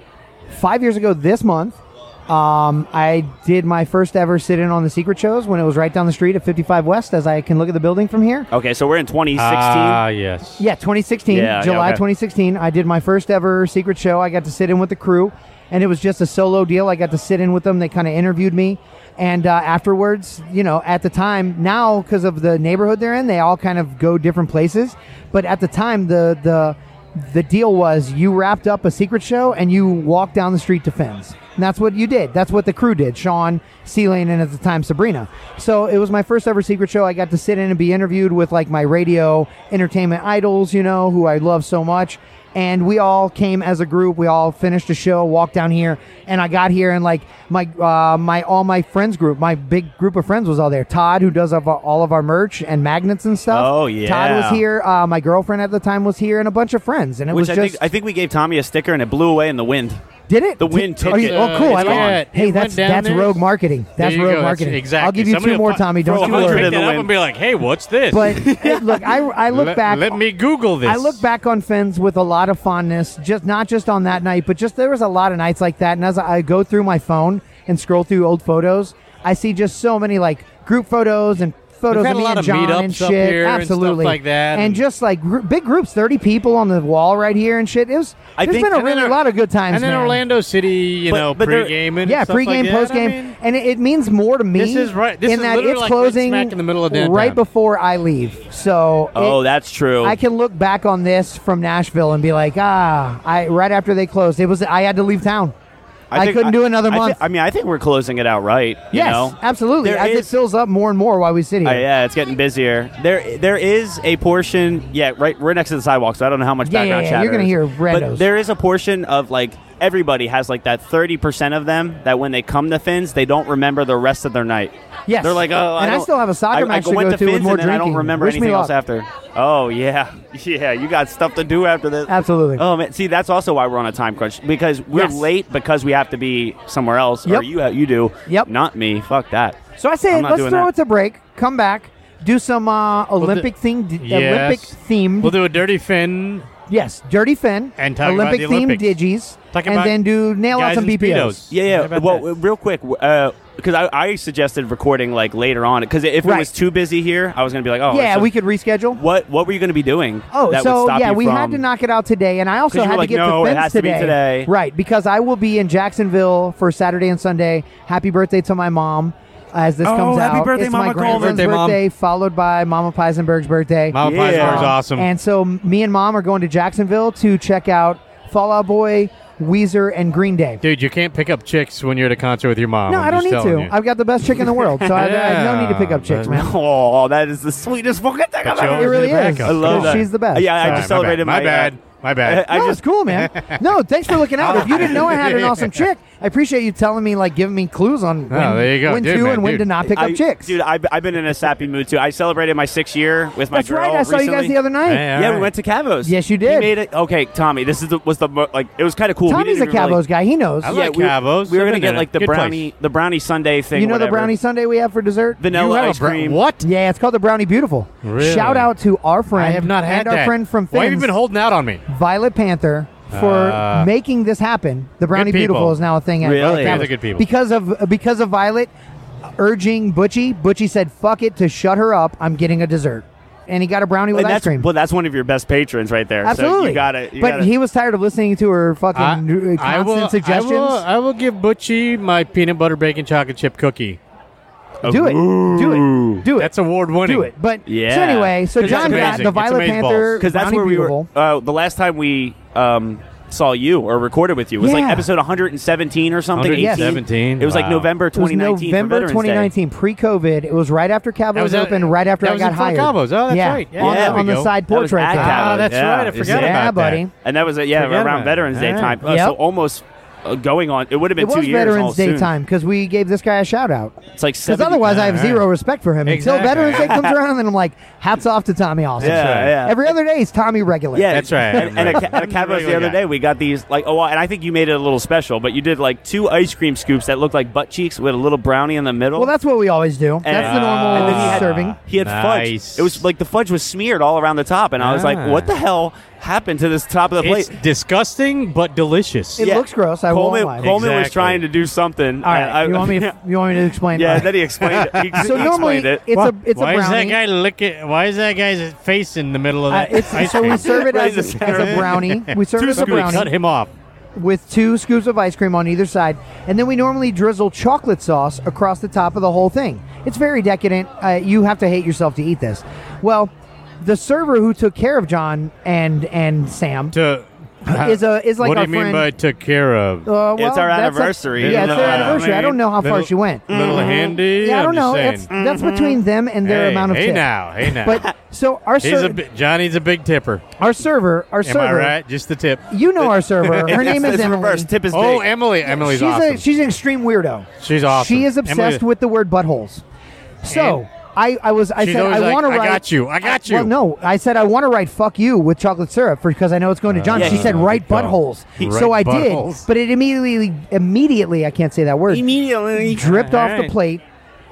S3: five years ago this month. Um, I did my first ever sit in on the secret shows when it was right down the street at 55 West, as I can look at the building from here.
S2: Okay, so we're in 2016.
S4: Ah, yes.
S3: Yeah, 2016,
S2: Yeah, yeah,
S3: July
S2: okay.
S3: 2016. I did my first ever secret show. I got to sit in with the crew, and it was just a solo deal. I got to sit in with them. They kind of interviewed me, and uh, afterwards, you know, at the time, now because of the neighborhood they're in, they all kind of go different places. But at the time, the the the deal was you wrapped up a secret show and you walked down the street to Finn's. And that's what you did. That's what the crew did. Sean, C Lane, and at the time Sabrina. So it was my first ever secret show. I got to sit in and be interviewed with like my radio entertainment idols, you know, who I love so much. And we all came as a group. We all finished the show, walked down here, and I got here and like my uh, my all my friends group, my big group of friends was all there. Todd, who does of- uh, all of our merch and magnets and stuff.
S2: Oh,
S3: Todd was
S2: yeah.
S3: here. Uh, my girlfriend at the time was here, and a bunch of friends. And it
S2: Which
S3: was
S2: I
S3: just
S2: think I think we gave Tommy a sticker and it blew away in the wind.
S3: did it?
S2: The wind
S3: Did-
S2: took
S3: oh, you-
S2: it.
S3: Oh, cool!
S4: It's
S3: I like
S4: gone.
S3: that.
S4: It
S3: Hey,
S4: went
S3: that's
S4: down
S3: that's
S4: there.
S3: rogue marketing. That's
S4: There you
S3: rogue
S4: go. That's
S3: marketing.
S4: Exactly.
S3: I'll give you
S4: Somebody
S3: two
S4: will
S3: more,
S4: fi-
S3: Tommy.
S2: throw
S3: Don't
S2: a
S3: you
S2: hundred
S4: Pick
S2: Word
S3: worry.
S2: in the
S4: that up
S2: wind.
S4: and be like, hey, what's
S3: [LAUGHS]
S4: this?
S3: But eh, look, I I look
S4: let,
S3: back.
S4: Let me Google this.
S3: I look back on Fins with a lot of fondness, just not just on that night, but just there was a lot of nights like that. And as I go through my phone and scroll through old photos, I see just so many like group photos and photos
S4: We've
S3: of
S4: had a
S3: me
S4: lot
S3: and
S4: of
S3: John and
S4: meetups up
S3: shit.
S4: here and stuff
S3: Absolutely,
S4: like that.
S3: and just like gr- big groups, thirty people on the wall right here and shit. It was.
S2: I
S3: there's
S2: think-
S3: been a
S2: and
S3: really
S4: then-
S3: lot of good times.
S4: And then
S3: man.
S4: Orlando City, you
S2: But-
S4: know,
S2: but there-
S4: pregame and
S3: Yeah,
S4: stuff like
S3: pregame,
S4: that. I
S3: postgame,
S4: mean,
S3: and it, it means more to me.
S4: This is right- this
S3: in
S4: is
S3: that
S4: literally
S3: it's
S4: like right
S3: closing
S4: smack in the middle of downtown.
S3: right before I leave. So
S2: Oh,
S3: it-
S2: that's true.
S3: I can look back on this from Nashville and be like, ah, I right after they closed, it was I had to leave town. I,
S2: think-
S3: couldn't do another
S2: I thi-
S3: month.
S2: I mean, I think we're closing it out right. You
S3: yes,
S2: know?
S3: absolutely.
S2: There
S3: As it
S2: is-
S3: fills up more and more while we sit here.
S2: Uh, yeah, it's getting busier. There, there is a portion. Yeah, right. We're next to the sidewalk, so I don't know how much
S3: Yeah, yeah,
S2: background
S3: yeah,
S2: chatter.
S3: you're gonna
S2: is.
S3: hear randos.
S2: But there is a portion of like everybody has like that thirty percent of them that when they come to Finns, they don't remember the rest of their night.
S3: Yes.
S2: They're like, oh,
S3: and I,
S2: don't-
S3: still have a
S2: I-
S3: soccer match
S2: I
S3: to
S2: went
S3: go
S2: to
S3: to with
S2: Finns
S3: more
S2: and then I
S3: drinking.
S2: don't remember
S3: Wish me
S2: anything else
S3: luck.
S2: after. Oh yeah, [LAUGHS] yeah. You got stuff to do after this.
S3: Absolutely.
S2: Oh man, see that's also why we're on a time crunch because we're
S3: Yes.
S2: late because we have to be somewhere else. Or
S3: Yep.
S2: you ha- you do.
S3: Yep.
S2: Not me. Fuck that.
S3: So I say,
S2: I'm not
S3: let's
S2: doing
S3: throw
S2: that.
S3: it to break. Come back. Do some uh, Olympic themed, Olympic
S4: Yes.
S3: themed.
S4: We'll do a dirty fin.
S3: yes, Dirty Finn
S4: And talk about
S3: Olympic
S4: the
S3: themed
S4: Olympics.
S3: digis,
S4: Talking
S3: and
S4: about
S3: then do nail out
S4: guys
S3: some
S4: in
S3: BPOs.
S4: Speedos.
S2: Yeah,
S4: How
S2: yeah.
S4: about
S2: Well,
S4: that?
S2: real quick, because I, I suggested recording like later on because if it
S3: Right.
S2: was too busy here, I was gonna be like, oh,
S3: Yeah,
S2: so
S3: we could reschedule.
S2: What What were you gonna be doing?
S3: Oh,
S2: that
S3: so
S2: would stop
S3: yeah,
S2: you
S3: we had
S2: from-
S3: to knock it out today, and I
S2: 'Cause
S3: also
S2: you
S3: had
S2: were
S3: to
S2: like,
S3: get
S2: "No,
S3: to
S2: it
S3: Fins
S2: has to be today.
S3: right? Because I will be in Jacksonville for Saturday and Sunday. Happy birthday to my mom. As this
S2: Oh,
S3: comes
S2: happy
S3: out,
S2: birthday,
S3: it's my
S2: Mama Coleman.
S3: grandmother's
S4: Birthday, Mom.
S3: followed by Mama Peisenberg's birthday.
S4: Mama
S2: Yeah.
S4: Piesberg's awesome.
S3: And so me and mom are going to Jacksonville to check out Fallout Boy, Weezer, and Green Day.
S4: Dude, you can't pick up chicks when you're at a concert with your mom.
S3: no,
S4: I'm
S3: I don't
S4: just
S3: need to.
S4: telling you.
S3: I've got the best chick in the world, so
S4: [LAUGHS]
S3: I, I have no need to pick up chicks, man.
S2: [LAUGHS] Oh, that is the sweetest fucking thing I've
S4: you
S2: ever.
S4: always
S3: It really
S4: need a
S3: is.
S4: backup.
S2: I love
S3: Because
S2: that.
S3: She's the best.
S2: Yeah, I
S4: Sorry,
S2: just celebrated
S4: my bad.
S2: uh,
S4: My bad. My bad.
S2: I
S3: no,
S2: just
S3: it's
S2: [LAUGHS]
S3: cool, man. No, thanks for looking out. if you didn't know I had an awesome chick, I appreciate you telling me, like, giving me clues on when,
S4: Oh, there you go.
S3: when
S4: Dude,
S3: to
S4: man,
S3: and when
S4: dude.
S3: to not pick
S2: I-
S3: up chicks.
S2: dude. I've, I've been in a sappy mood too. I celebrated my sixth year with my
S3: That's
S2: girl.
S3: right. I saw you guys
S2: recently.
S3: the other night.
S4: Hey, all
S2: Yeah, we
S4: right.
S2: went to Cavos.
S3: Yes, you
S2: He
S3: did.
S2: made it. Okay, Tommy, this is the, was the mo- like it was kind of cool. We
S3: Tommy's a
S2: didn't even
S3: Cavos
S2: really-
S3: guy. He knows.
S4: I like
S2: we,
S4: Cavos.
S2: We were gonna
S4: I've been
S2: get
S4: there.
S2: like the
S4: Good place.
S2: brownie, the brownie Sunday thing.
S3: you know the
S2: whatever.
S3: brownie Sunday we have for dessert?
S4: You
S2: vanilla
S4: have a
S2: ice
S4: bra-
S2: cream.
S4: What?
S3: Yeah, it's called the brownie beautiful.
S4: Really?
S3: Shout out to our friend.
S4: I have not
S3: and
S4: had that.
S3: our friend from
S4: Why have you
S3: Finn's,
S4: been holding out on me?
S3: Violet Panther, for
S4: Ah.
S3: making this happen. The brownie
S4: people.
S3: beautiful is now a thing. at-
S2: Really?
S3: at Cavos.
S4: These are good people.
S3: Because of because of Violet urging Butchie. Butchie said, "Fuck it," to shut her up. I'm getting a dessert, and he got a brownie with
S2: and
S3: ice
S2: that's
S3: cream.
S2: well, that's one of your best patrons right there.
S3: Absolutely,
S2: So you got it.
S3: but he was tired of listening to her fucking
S4: I,
S3: uh, constant
S4: I will,
S3: suggestions.
S4: I will, I will give Butchie my peanut butter bacon chocolate chip cookie.
S3: do it, do it, do it.
S4: That's award winning.
S3: do it. But so
S2: Yeah.
S3: anyway, so
S4: It's
S3: John got
S4: amazing.
S3: the
S4: It's
S3: Violet
S4: amazing
S3: Panther
S4: balls.
S2: because that's
S3: brownie
S2: where we
S3: beautiful.
S2: were. Uh, the last time we um, saw you or recorded with you was
S3: Yeah.
S2: like episode 117 or something.
S4: 117?
S2: 18. It was like
S4: Wow.
S2: November
S3: It was
S2: 2019. for
S3: November
S2: Veterans Day.
S3: 2019, pre-COVID. It was right after Cavos
S4: That was at-
S3: opened, right after
S4: that
S3: I
S4: was
S3: got
S4: in Fort
S3: hired.
S4: Cavos. Oh, that's
S3: yeah.
S4: right. Yeah,
S3: on
S2: there
S3: the,
S2: we
S3: on the
S4: go.
S3: side
S2: That was
S3: porch right
S2: at
S3: there.
S2: Cavos.
S4: Ah, that's
S2: Yeah,
S4: right. I
S2: you
S4: forgot
S2: see?
S3: yeah,
S4: about that.
S3: buddy.
S2: And that was uh, yeah
S4: Forget
S2: around
S4: about it.
S2: Veterans Day
S4: Yeah.
S2: time. Uh,
S3: Yep.
S2: So almost uh, going on. It would have been
S3: It
S2: two
S3: was
S2: years. all
S3: Veterans Day
S2: soon.
S3: time because we gave this guy a shout out.
S2: It's like
S3: Because
S2: 70
S3: otherwise, I have
S4: all right.
S3: zero respect for him
S4: Exactly.
S3: until Veterans Day
S2: [LAUGHS]
S3: comes around, and I'm like, hats off to Tommy Austin.
S2: Yeah,
S4: right.
S2: yeah.
S3: Every other day is Tommy regular.
S2: Yeah,
S4: That's right.
S2: And, and a, ca- and a Cavos the
S4: Regular
S2: other
S4: guy.
S2: day, we got these like oh, and I think you made it a little special, but you did like two ice cream scoops that looked like butt cheeks with a little brownie in the middle.
S3: Well, that's what we always do. that's the normal
S2: uh, and then he had,
S3: serving.
S2: He had
S4: Ah. Nice.
S2: fudge. It was like the fudge was smeared all around the top, and I was like,
S4: Ah.
S2: what the hell happened to this top of the plate?
S4: It's disgusting but delicious.
S3: It- looks gross, I won't
S2: Coleman,
S3: lie.
S2: Coleman was
S4: Exactly.
S2: trying to do something.
S3: All
S2: and I-
S3: right, you want
S2: [LAUGHS]
S3: me? To, you want me to explain?
S2: yeah,
S3: All right.
S2: then he explained it. He,
S3: [LAUGHS] so
S2: he
S3: normally
S2: explained it.
S3: it's a it's
S4: why
S3: a
S4: is that
S3: brownie.
S4: guy licking? Why is that guy's face in the middle of
S3: Uh,
S4: that?
S3: it's,
S4: ice
S3: so we
S4: cream?
S3: serve it
S2: Right
S3: as,
S2: in
S3: a-
S2: the
S3: as a
S2: center.
S3: brownie. We serve
S2: Two
S3: it as a
S2: scoops.
S3: brownie.
S4: Cut him off.
S3: with two scoops of ice cream on either side, and then we normally drizzle chocolate sauce across the top of the whole thing. It's very decadent. Uh, you have to hate yourself to eat this. Well, the server who took care of John and and Sam
S4: To
S3: is a is like
S4: what do
S3: our
S4: you mean
S3: friend-
S4: by took care of?
S3: uh, well,
S2: It's our
S3: that's a-
S2: anniversary. Mm.
S3: yeah, it's
S4: Little- uh,
S3: their anniversary. I don't know how far
S4: little-
S3: she went. Mm-hmm.
S4: Little handy.
S3: Yeah, I
S4: I'm
S3: don't
S4: just
S3: know.
S4: saying. Mm-hmm.
S3: That's, that's between them and their
S4: hey,
S3: amount of
S4: hey
S3: tip.
S4: now, hey now.
S3: But so our
S4: He's a
S3: server,
S4: bi- Johnny's a big tipper.
S3: our server, our
S4: Am
S3: server.
S4: I right? Just the tip.
S3: You know our
S4: [LAUGHS]
S3: server. Her name
S2: it's,
S3: is
S2: it's
S3: Emily.
S2: reverse. Tip is
S4: Oh,
S2: big.
S4: Emily. Emily's
S3: she's
S4: awesome.
S3: a she's an extreme weirdo.
S4: She's awesome.
S3: She is obsessed
S4: Emily-
S3: with the word buttholes. So
S4: And-
S3: I, I was I
S4: She's
S3: said I
S4: always like,
S3: want to
S4: "I
S3: write.
S4: got you, I got you."
S3: Well, no, I said I want to write "fuck you" with chocolate syrup because I know it's going
S4: Uh,
S3: to John.
S2: Yeah,
S3: she
S2: he-
S3: said write
S4: good call.
S3: buttholes, so I
S4: Write
S3: did.
S4: buttholes.
S3: But it immediately immediately I can't say that word
S2: immediately
S3: dripped
S4: All
S3: off the
S4: right.
S3: plate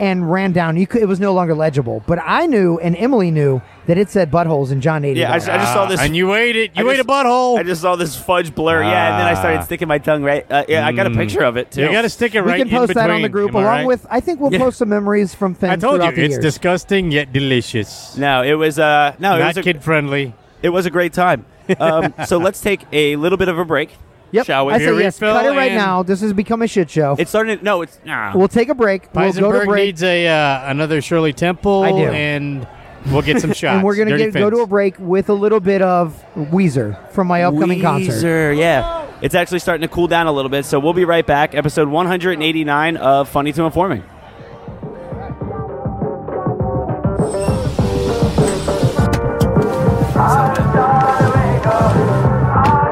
S3: and ran down. You could, it was no longer legible. But I knew and Emily knew that it said buttholes and John ate it.
S2: Yeah, I,
S3: up.
S2: just- I just saw
S4: Ah,
S2: this.
S4: And you ate it.
S2: I
S4: You ate a
S2: just-
S4: butthole.
S2: I just saw this fudge blur. yeah, and then I started
S4: Ah. Mm.
S2: sticking my tongue right. Uh, yeah, I got a picture of it too.
S4: you got to stick it
S3: we
S4: right
S3: can
S4: in
S3: post that on
S4: between,
S3: the group
S4: am I
S3: along
S4: right?
S3: with. I think we'll
S2: Yeah.
S3: post some memories from Finn
S4: I told you
S3: throughout the
S4: it's
S3: years.
S4: disgusting yet delicious.
S2: No, it was uh no, it
S4: Not
S2: was a,
S4: kid friendly.
S2: it was a great time.
S4: [LAUGHS]
S2: Um, so let's take a little bit of a break.
S3: Yep.
S2: Shall we?
S3: I say
S4: Here,
S3: yes. Cut it
S4: refill
S3: right
S4: and-
S3: now. This has become a shit show.
S2: It's starting. To, no, it's nah.
S3: we'll take a break. We'll go to
S4: Heisenberg
S3: break.
S4: needs a uh, another Shirley Temple.
S3: I do.
S4: and we'll get some
S3: [LAUGHS]
S4: shots.
S3: and we're gonna
S4: Dirty
S3: get, go
S4: Fins.
S3: to a break with a little bit of Weezer from my upcoming concert.
S2: Weezer, Yeah, it's actually starting to cool down a little bit. So we'll be right back. Episode 189 of Funny to Informing.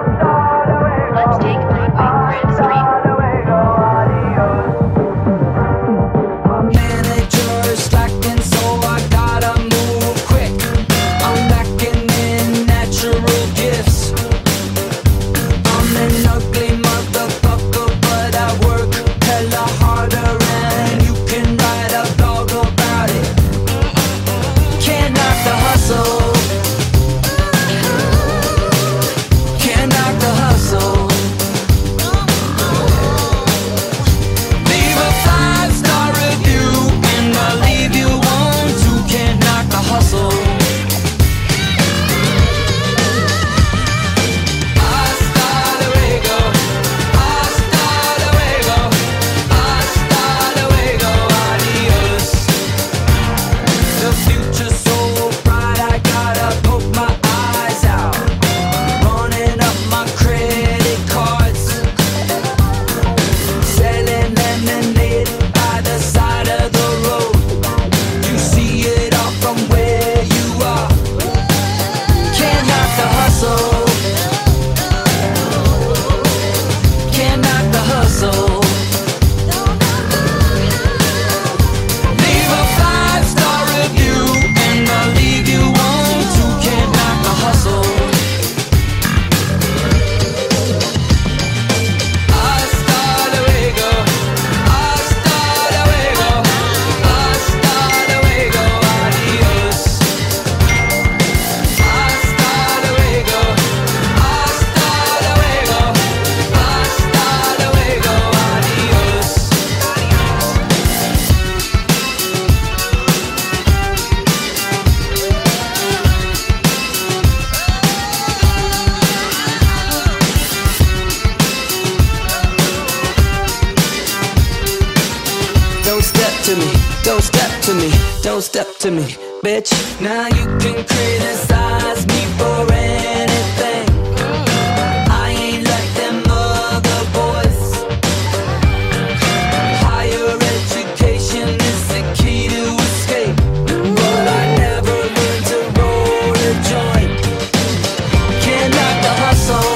S6: Let's take Broadway Grand Street.
S7: Manager slacking, so I gotta move quick. I'm lacking in natural gifts. I'm an ugly motherfucker, but I work hella harder, and you can write a blog about it. Can't knock the hustle. Can't knock the hustle. Leave a five-star review and I'll leave you one too. Can't knock the hustle. Hasta luego. Hasta luego. Hasta luego. Adios. The future's so bright, I gotta poke my eyes out. Running up my credit cards. Selling lemonade by the side of the road. You see it all from where you are. Can't knock the hustle. Can't knock the hustle. Leave a five star review and I'll leave you one too. Can't knock the hustle. Hasta luego, hasta luego, hasta luego, adiós. Hasta luego, hasta luego, hasta luego, adiós. Don't step to me, don't step to me, don't step to me, bitch. Now you can criticize me for anything. I ain't like them other boys. Higher education is the key to escape. But I never learned to roll a joint. Can't knock the hustle.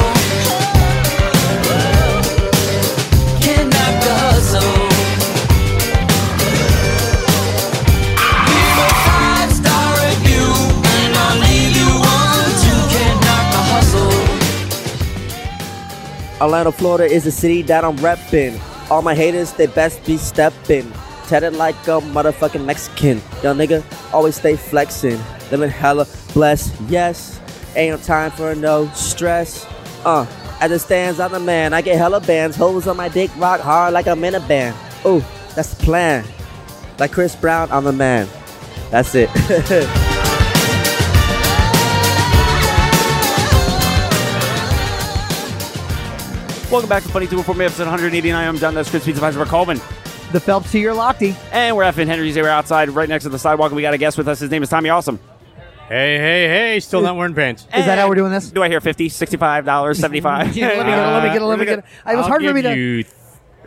S8: Orlando, Florida is the city that I'm reppin'. All my haters, they best be steppin'. Tatted like a motherfucking Mexican. Young nigga, always stay flexin'. Living hella blessed, yes. Ain't no time for no stress. Uh, as it stands, I'm the man. I get hella bands. Hoes on my dick rock hard like I'm in a band. Ooh, that's the plan. Like Chris Brown, I'm the man. That's it. [LAUGHS]
S2: Welcome back to Funny 204, episode 189. I'm John, that's Chris Pizza Pizza for Coleman.
S3: The Phelps to your Lochte.
S2: And we're F and Henry's. We're outside right next to the sidewalk, and we got a guest with us. His name is Tommy Awesome.
S4: Hey, hey, hey! Still not wearing pants.
S3: Is that how we're doing this?
S2: Do I hear 50
S3: [LAUGHS]
S2: $65, 75
S3: Yeah, let me get it. Let me get it. Let
S2: Uh,
S3: me get it. It was
S4: I'll
S3: hard for me
S4: give
S3: to.
S4: you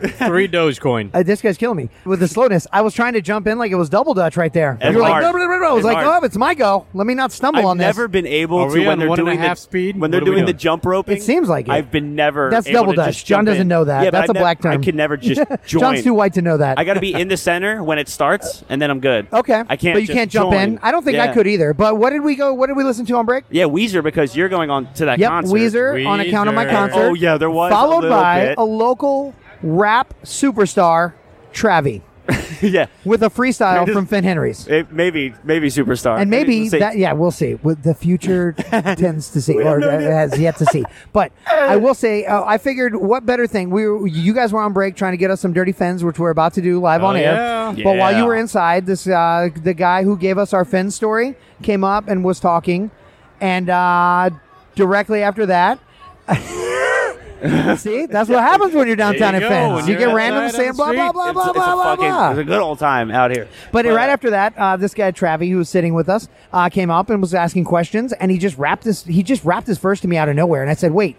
S3: [LAUGHS]
S4: three Dogecoin.
S3: Uh, this guy's killing me with the slowness. I was trying to jump in like it was double dutch right there.
S2: It's
S3: you were
S2: hard.
S3: like, blah, blah, blah, blah. I was
S2: It's
S3: like,
S2: hard.
S3: oh, it's my go. Let me not stumble
S2: Uh, I've
S3: on
S2: never
S3: this.
S2: been able
S4: Are
S2: to
S4: we
S2: when
S4: on
S2: they're
S4: one and a
S2: doing
S4: half
S2: the,
S4: speed?
S2: when they're
S4: What are we
S2: doing the
S4: doing?
S2: jump roping.
S3: It seems like it.
S2: I've been never.
S3: That's
S2: able
S3: double
S2: to
S3: dutch.
S2: just
S3: John
S2: jump
S3: doesn't
S2: in.
S3: know that.
S2: Yeah, but
S3: That's
S2: I
S3: a black
S2: never- I
S3: term.
S2: could
S3: [LAUGHS]
S2: never just join.
S3: [LAUGHS] John's too white to know that.
S2: I got to be in the center when it starts, and then I'm good.
S3: okay,
S2: I can't.
S3: But you
S2: just
S3: can't jump
S2: join.
S3: in. I don't think I
S2: Yeah.
S3: could either. But what did we go? What did we listen to on break?
S2: Yeah, Weezer because you're going on to that
S3: Yep,
S2: concert.
S3: Weezer, on account of my
S4: Weezer.
S3: concert.
S2: Oh yeah, there was
S3: followed
S2: a little
S3: by
S2: bit.
S3: a local rap superstar, Travi,
S2: [LAUGHS] yeah,
S3: with a freestyle
S2: Just-
S3: from Finn Henry's.
S2: it, maybe maybe superstar
S3: and maybe
S2: Let's see.
S3: that yeah we'll see what the
S4: [LAUGHS]
S3: future tends to see or has yet to see but i will say uh, i figured what better thing we were, you guys were on break trying to get us some dirty fins which we're about to do live on air
S4: Oh, yeah.
S3: but while you
S2: Yeah.
S3: were inside this uh, the guy who gave us our fin story came up and was talking and uh, directly after that [LAUGHS] See, that's what happens when you're downtown
S4: you
S3: in
S4: go,
S3: Fins.
S2: "Oh,
S4: when
S3: You
S4: you're
S3: get
S4: outside
S3: random
S4: on the
S3: saying blah
S4: street,
S3: blah blah
S2: it's,
S3: blah
S2: it's
S3: blah
S2: a
S3: blah
S2: fucking,
S3: blah.
S2: It's a good old time out here.
S3: But right after that, uh, this guy Travi, who was sitting with us, uh, came up and was asking questions, and he just wrapped this. He just wrapped his verse to me out of nowhere, and I said, "Wait!"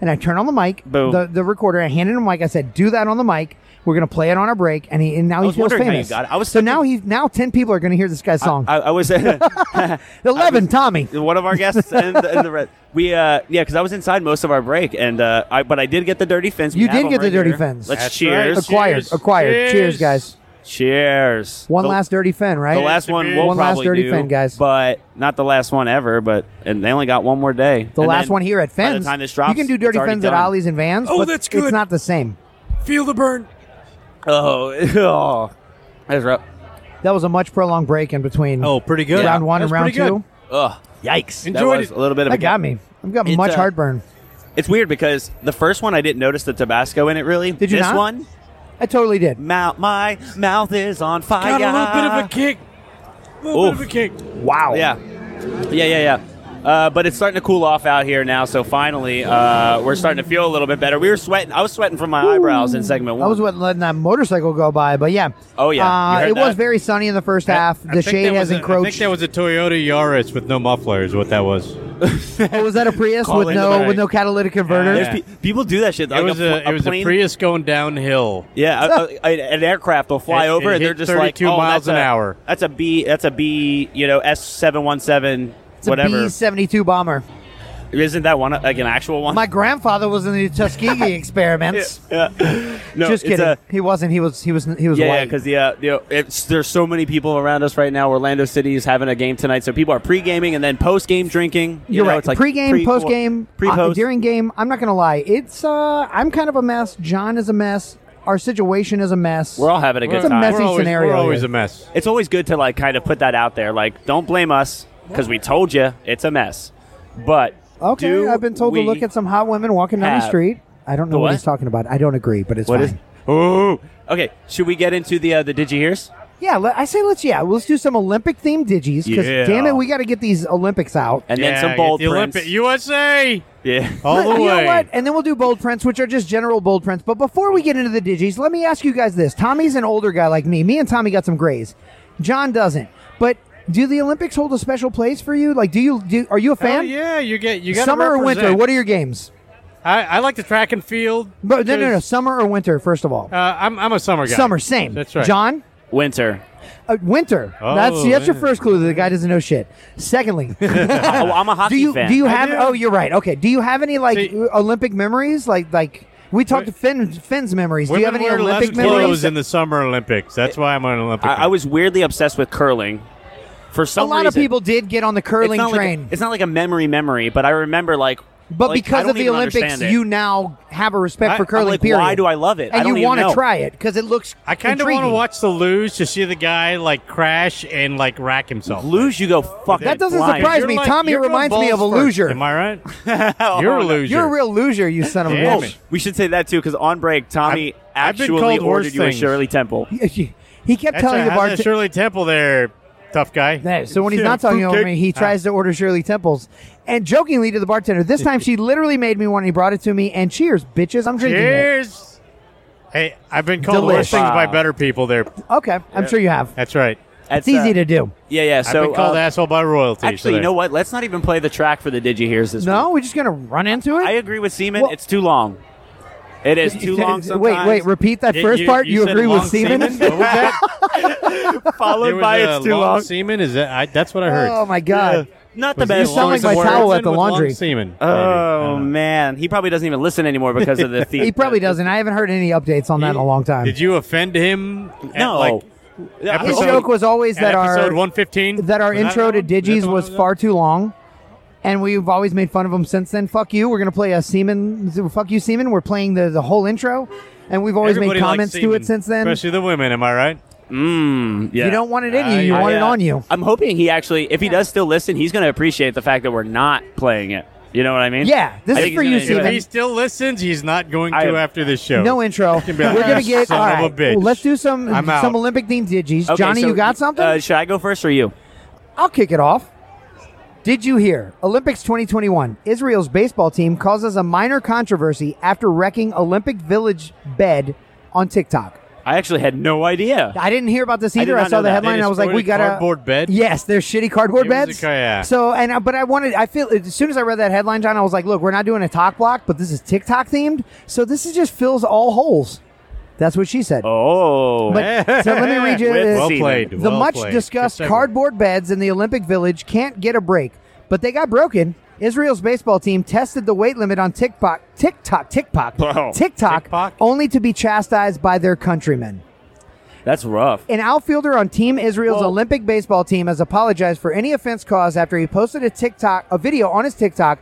S3: And I turned on the mic,
S2: Boom.
S3: the the recorder. I handed him a mic. I said, "Do that on the mic. We're gonna play it on our break." And he and now he
S2: was
S3: feels
S2: wondering how you
S3: famous.
S2: got it. I was
S3: so
S2: thinking-
S3: now he now ten people are gonna hear this guy's song.
S2: I, I was [LAUGHS]
S3: Eleven, Tommy.
S2: one of our guests and, the- and the rest. We uh yeah, because I was inside most of our break, and uh, I but I did get the dirty fins. We
S3: You
S2: have
S3: did
S2: them
S3: get the
S2: right
S3: dirty
S2: here.
S3: fins.
S2: Let's
S4: That's
S2: cheers.
S4: right.
S3: Acquired,
S4: Cheers.
S3: acquired. Cheers.
S4: Cheers.
S3: guys.
S2: Cheers.
S3: One
S2: The-
S3: last dirty fin, right?
S2: The last one we'll
S4: One
S3: last
S2: probably
S3: dirty
S2: do,
S3: fin, guys.
S2: But not the last one ever. But and they only got one more day.
S3: the
S2: And
S3: last
S2: then
S3: one here at
S2: by
S3: Fins.
S2: the time this drops,
S3: you can do
S2: it's
S3: dirty
S2: already
S3: fins at
S2: done.
S3: Ollie's and Vans.
S9: Oh,
S3: but
S9: that's good.
S3: It's not the same.
S9: Feel the burn.
S2: Oh, [LAUGHS] oh, that's rough.
S3: That was a much prolonged break in between.
S9: Oh, pretty good.
S3: Round one and
S4: That's
S3: round
S4: pretty good.
S3: two.
S2: Ugh, oh, yikes! that
S4: Enjoyed
S2: was
S4: it.
S2: a little bit of a
S3: That got
S2: gap.
S3: me. I've got
S2: It's,
S3: much
S2: uh,
S3: heartburn.
S2: It's weird because the first one I didn't notice the Tabasco in it really.
S3: Did you
S2: this
S3: not?
S2: one?
S3: I totally did.
S2: Mou- my mouth is on fire.
S9: Got a little bit
S4: Ah.
S9: of a kick. A little bit of
S2: Oof.
S9: a kick.
S3: Wow.
S2: Yeah, yeah, yeah, yeah. Uh, but it's starting to cool off out here now, so finally uh, we're starting to feel a little bit better. We were sweating. I was sweating from my eyebrows in segment one.
S3: I was what letting that motorcycle go by, but yeah.
S2: Oh, yeah. You
S3: Uh,
S2: heard
S3: it was
S2: that?
S3: very sunny in the first
S4: I-
S3: half.
S4: I
S3: the
S4: think that
S3: shade
S4: was
S3: has
S4: a-
S3: encroached.
S4: I think that
S3: [LAUGHS]
S4: was a Toyota Yaris with no muffler. Is what that was.
S3: oh, was that a Prius
S2: Call
S3: with
S2: it
S3: no
S2: back.
S3: with no catalytic converter?
S2: There's
S4: Yeah.
S2: pe- people do that shit.
S4: It
S2: like
S4: was
S2: a,
S4: a,
S2: fl-
S4: it was a
S2: plane-
S4: Prius going downhill.
S2: Yeah,
S3: [LAUGHS]
S2: a, a, an aircraft will fly
S4: It- it
S2: over, and
S4: hit
S2: they're just like,
S4: 32
S2: "Oh,
S4: miles
S2: that's
S4: an
S2: a-
S4: hour."
S2: That's a B. That's a B. You know, S seven one seven,
S3: It's a
S2: whatever.
S3: B seventy two bomber.
S2: Isn't that one like an actual one?
S3: My grandfather was in
S2: [LAUGHS]
S3: the Tuskegee experiments.
S2: no,
S3: Just
S2: it's
S3: kidding.
S2: a-
S3: he wasn't. He was. He was. He was
S2: yeah,
S3: white.
S2: because yeah, 'cause the, uh, you know, it's, there's so many people around us right now. Orlando City is having a game tonight, so people are pre-gaming and then post-game drinking. You
S3: You're
S2: know,
S3: right.
S2: It's like
S3: Pre-game,
S2: pre-
S3: post-game,
S2: pre-post.
S3: uh, during game. I'm not gonna lie. It's. uh I'm kind of a mess. John is a mess. Our situation is a mess.
S2: We're all having a good
S3: It's a
S2: time.
S3: messy
S4: we're always,
S3: scenario
S4: We're always
S3: here.
S4: a mess.
S2: It's always good to like kind of put that out there. Like, don't blame us because we told you it's a mess. But
S3: Okay,
S2: do
S3: I've been told to
S2: we-
S3: look at some hot women walking down the
S2: have-
S3: street. I don't know
S2: The
S3: what?
S2: what?
S3: he's talking about. I don't agree, but it's
S2: What
S3: fine.
S2: is? Ooh. Okay. Should we get into the uh, the did you hears?
S3: Yeah, let, I say let's yeah, let's do some Olympic themed digis because
S2: Yeah.
S3: damn it, we got to get these Olympics out.
S2: and then
S4: Yeah,
S2: some bold
S4: the
S2: prints.
S4: Olympic USA
S2: [LAUGHS] yeah.
S4: all
S3: Let-
S4: the
S3: you know
S4: way.
S3: what? And then we'll do bold prints, which are just general bold prints. But before we get into the digis, let me ask you guys this: Tommy's an older guy like me. Me and Tommy got some grays. John doesn't. But do the Olympics hold a special place for you? Like, do you do? Are you a
S4: Hell
S3: fan?
S4: Oh, yeah, you get you got
S3: Summer or winter? What are your games?
S4: I, I like the track and field.
S3: But no, no, no.
S4: because,
S3: Summer or winter? First of all,
S4: Uh, I'm I'm a summer guy.
S3: summer. Same.
S4: That's right.
S3: John. [LAUGHS]
S2: Winter.
S3: Uh, winter.
S4: Oh,
S3: that's that's your
S4: yeah.
S3: first clue that the guy doesn't know shit. Secondly,
S2: Oh, I'm a [LAUGHS] hockey
S3: do you
S2: fan.
S3: do you have?
S4: do.
S3: Oh, you're right. Okay. Do you have any like uh,
S4: See-
S3: Olympic memories? Like like we talked to Finn Finn's memories. Do you have
S4: Women
S3: any
S4: wear less
S3: Olympic
S4: clothes
S3: memories?
S4: in the summer Olympics. That's why I'm on an Olympic.
S2: I, I was weirdly obsessed with curling. For
S3: A
S2: some
S3: lot of
S2: reason.
S3: people did get on the
S2: It's
S3: curling
S2: not like a-
S3: train.
S2: it's not like a memory memory, but I remember like
S3: But
S2: Like, I
S3: because
S2: don't
S3: of the
S2: even
S3: Olympics,
S2: understand it.
S3: you now have a respect
S4: I-
S3: for
S4: I'm
S3: curling.
S2: like,
S3: period.
S2: why do I love it? I
S3: And
S2: don't
S3: you
S2: even
S3: wanna
S2: know.
S3: try it because it looks.
S4: I kind of want to
S3: intriguing.
S4: watch the luge to see the guy like crash and like rack himself.
S2: Lose, you go fucking.
S3: That doesn't
S2: blind.
S3: surprise
S4: You're
S3: me.
S4: like-
S3: Tommy
S4: you're going
S3: reminds me of a
S4: balls first.
S3: loser.
S4: Am I
S2: [LAUGHS]
S4: right?
S2: Oh,
S4: You're a loser.
S3: You're a real loser, you son of a
S4: Damn
S3: bitch.
S2: We should say that too, because on break, Tommy
S4: I've been
S2: actually ordered
S4: called worse
S2: you a
S4: things.
S2: Shirley Temple.
S3: [LAUGHS] He kept
S4: That's
S3: telling
S4: a,
S3: the
S4: how's that
S3: bartender.
S4: Shirley Temple there, tough guy.
S3: So when he's
S4: Yeah, Ah,
S3: not talking over
S4: fruitcake.
S3: me, he tries to order Shirley Temples. And jokingly to the bartender, this
S4: [LAUGHS]
S3: time she literally made me one and he brought it to me. And cheers, bitches. I'm drinking it.
S4: Cheers. Hey, I've been called
S3: Delish.
S4: worse things by
S2: Wow.
S4: better people there.
S3: Okay, I'm sure you have.
S4: That's right.
S3: It's easy to do.
S2: uh, Yeah, yeah.
S4: I've
S2: So
S4: been called
S2: uh,
S4: asshole by royalty. so
S2: actually,
S4: there.
S2: you know what? Let's not even play the track for the Digi Hears this
S3: No,
S2: week.
S3: we're just going to run into it?
S2: I agree with Seaman.
S3: Well-
S2: it's too long. It is too long.
S3: [LAUGHS] Wait,
S2: Sometimes.
S3: wait, repeat that
S4: You-
S3: first
S4: you-
S3: part. You,
S4: you said
S3: agree with
S4: long
S3: Steven?
S4: semen? What was that? There
S2: Followed
S4: was
S2: by
S4: a
S2: it's too
S4: long
S2: long.
S4: Semen is that? I, that's what I heard.
S3: Oh, my God.
S2: Not the
S4: Was it
S2: best.
S3: You sound like
S4: Lawrence
S3: my towel
S4: Warrington
S3: at the
S4: with long
S3: laundry.
S4: Semen.
S2: Oh man, he probably doesn't even listen anymore because of
S3: [LAUGHS]
S2: the theme.
S3: He probably doesn't. I haven't heard any updates on that in a long time.
S4: Did you offend him?
S2: [LAUGHS]
S4: at,
S2: No.
S4: like,
S2: Yeah, [LAUGHS]
S3: His
S4: episode-
S3: joke was always
S4: at
S3: that
S4: episode
S3: our
S4: 115.
S3: that our
S4: Was that
S3: intro to
S4: one? Was that
S3: Digis
S4: the one
S3: was
S4: that-
S3: far too long, and we've always made fun of him since then. Fuck you. We're gonna play a Seaman. Fuck you, Seaman. We're playing the, the whole intro, and we've always
S4: Everybody
S3: made
S4: likes
S3: comments to
S4: semen,
S3: it since then.
S4: Especially the women, am I right?
S2: yeah.
S3: You don't want it in you.
S4: Uh,
S3: You
S4: yeah.
S3: want it
S2: Yeah.
S3: on you.
S2: I'm hoping he actually, if he does still listen, he's going to appreciate the fact that we're not playing it. You know what I mean?
S3: Yeah, this
S2: I
S3: is
S2: think
S3: for
S2: he's
S3: you,
S2: gonna do
S3: Steven.
S2: it.
S4: If he still listens, he's not going
S2: I-
S4: to after this show.
S3: No intro. We're
S4: be like,
S3: gonna get
S4: "Son
S3: all
S4: of a
S3: right.
S4: bitch."
S3: well, let's do some
S4: I'm out.
S3: some Olympic themed Digis.
S2: Okay,
S3: Johnny,
S2: so,
S3: you got something?
S2: Uh, should I go first or you?
S3: I'll kick it off. Did you hear? Olympics 2021. Israel's baseball team causes a minor controversy after wrecking Olympic Village bed on TikTok.
S2: I actually had no idea.
S3: I didn't hear about this
S2: did
S3: either. I,
S2: not
S3: saw
S2: know
S3: the
S2: that.
S3: headline.
S4: They
S3: and I was like, we
S4: destroyed
S3: got a
S4: cardboard bed?
S3: Yes, there's shitty cardboard
S4: It was a
S3: beds.
S4: ca- yeah.
S3: So and I- but I wanted. I feel as soon as I read that headline, John, I was like, look, we're not doing a talk block, but this is TikTok themed, so this is just fills all holes. That's what she said.
S2: Oh,
S3: But so let me read
S4: [LAUGHS]
S3: you.
S2: With
S3: uh,
S4: well
S2: Semen.
S4: played.
S3: the
S4: well
S3: much
S4: played.
S3: discussed
S4: Good segue.
S3: cardboard beds in the Olympic Village can't get a break, but they got broken. Israel's baseball team tested the weight limit on TikTok, TikTok, TikTok,
S2: Wow.
S3: TikTok,
S4: TikTok?
S3: only to be chastised by their countrymen.
S2: that's rough.
S3: An outfielder on Team Israel's Olympic baseball team has apologized for any offense caused after he posted a TikTok, a video on his TikTok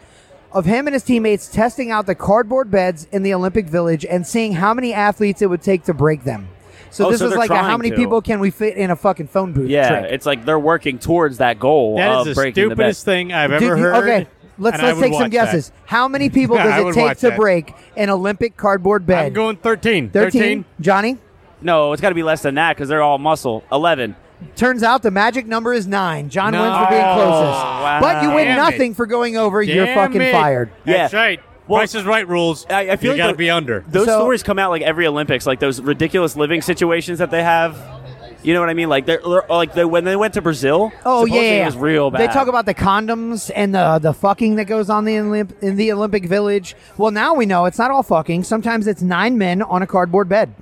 S3: of him and his teammates testing out the cardboard beds in the Olympic Village and seeing how many athletes it would take to break them. So
S2: Oh,
S3: this
S2: so
S3: is
S2: they're
S3: like a how
S2: trying
S3: many
S2: to.
S3: people can we fit in a fucking phone booth?
S2: Yeah,
S3: trick.
S2: it's like they're working towards that goal
S4: That
S2: of
S4: is the
S2: breaking the bet.
S4: stupidest thing I've ever
S3: Dude, you-
S4: heard.
S3: Okay, let's
S4: and I
S3: let's
S4: would
S3: take some
S4: watch that.
S3: guesses. How
S4: [LAUGHS]
S3: many people
S4: I
S3: does it
S4: would
S3: take
S4: watch
S3: to
S4: that.
S3: break an Olympic cardboard bed?
S4: I'm going 13.
S3: 13.
S4: 13.
S3: Johnny.
S2: No, it's got to be less than that because they're all muscle. Eleven.
S3: Turns out the magic number is nine. John
S4: No.
S3: wins for being closest,
S2: Wow.
S3: but you win
S4: Damn
S3: nothing for going over. You're
S4: Damn
S3: fucking
S4: it.
S3: fired.
S4: That's
S2: Yeah.
S4: right.
S2: Well,
S4: Price is right rules.
S2: I, I feel
S4: you
S2: like
S4: gotta
S2: the-
S4: be under.
S2: Those
S3: So-
S2: stories come out like every Olympics, like those ridiculous living situations that they have. You know what I mean? Like they're, they're- like they, when they went to Brazil.
S3: Oh yeah,
S2: supposedly
S3: yeah,
S2: it was real bad.
S3: They talk about the condoms and the the fucking that goes on the Olymp- in the Olympic Village. Well, now we know it's not all fucking. Sometimes it's nine men on a cardboard bed.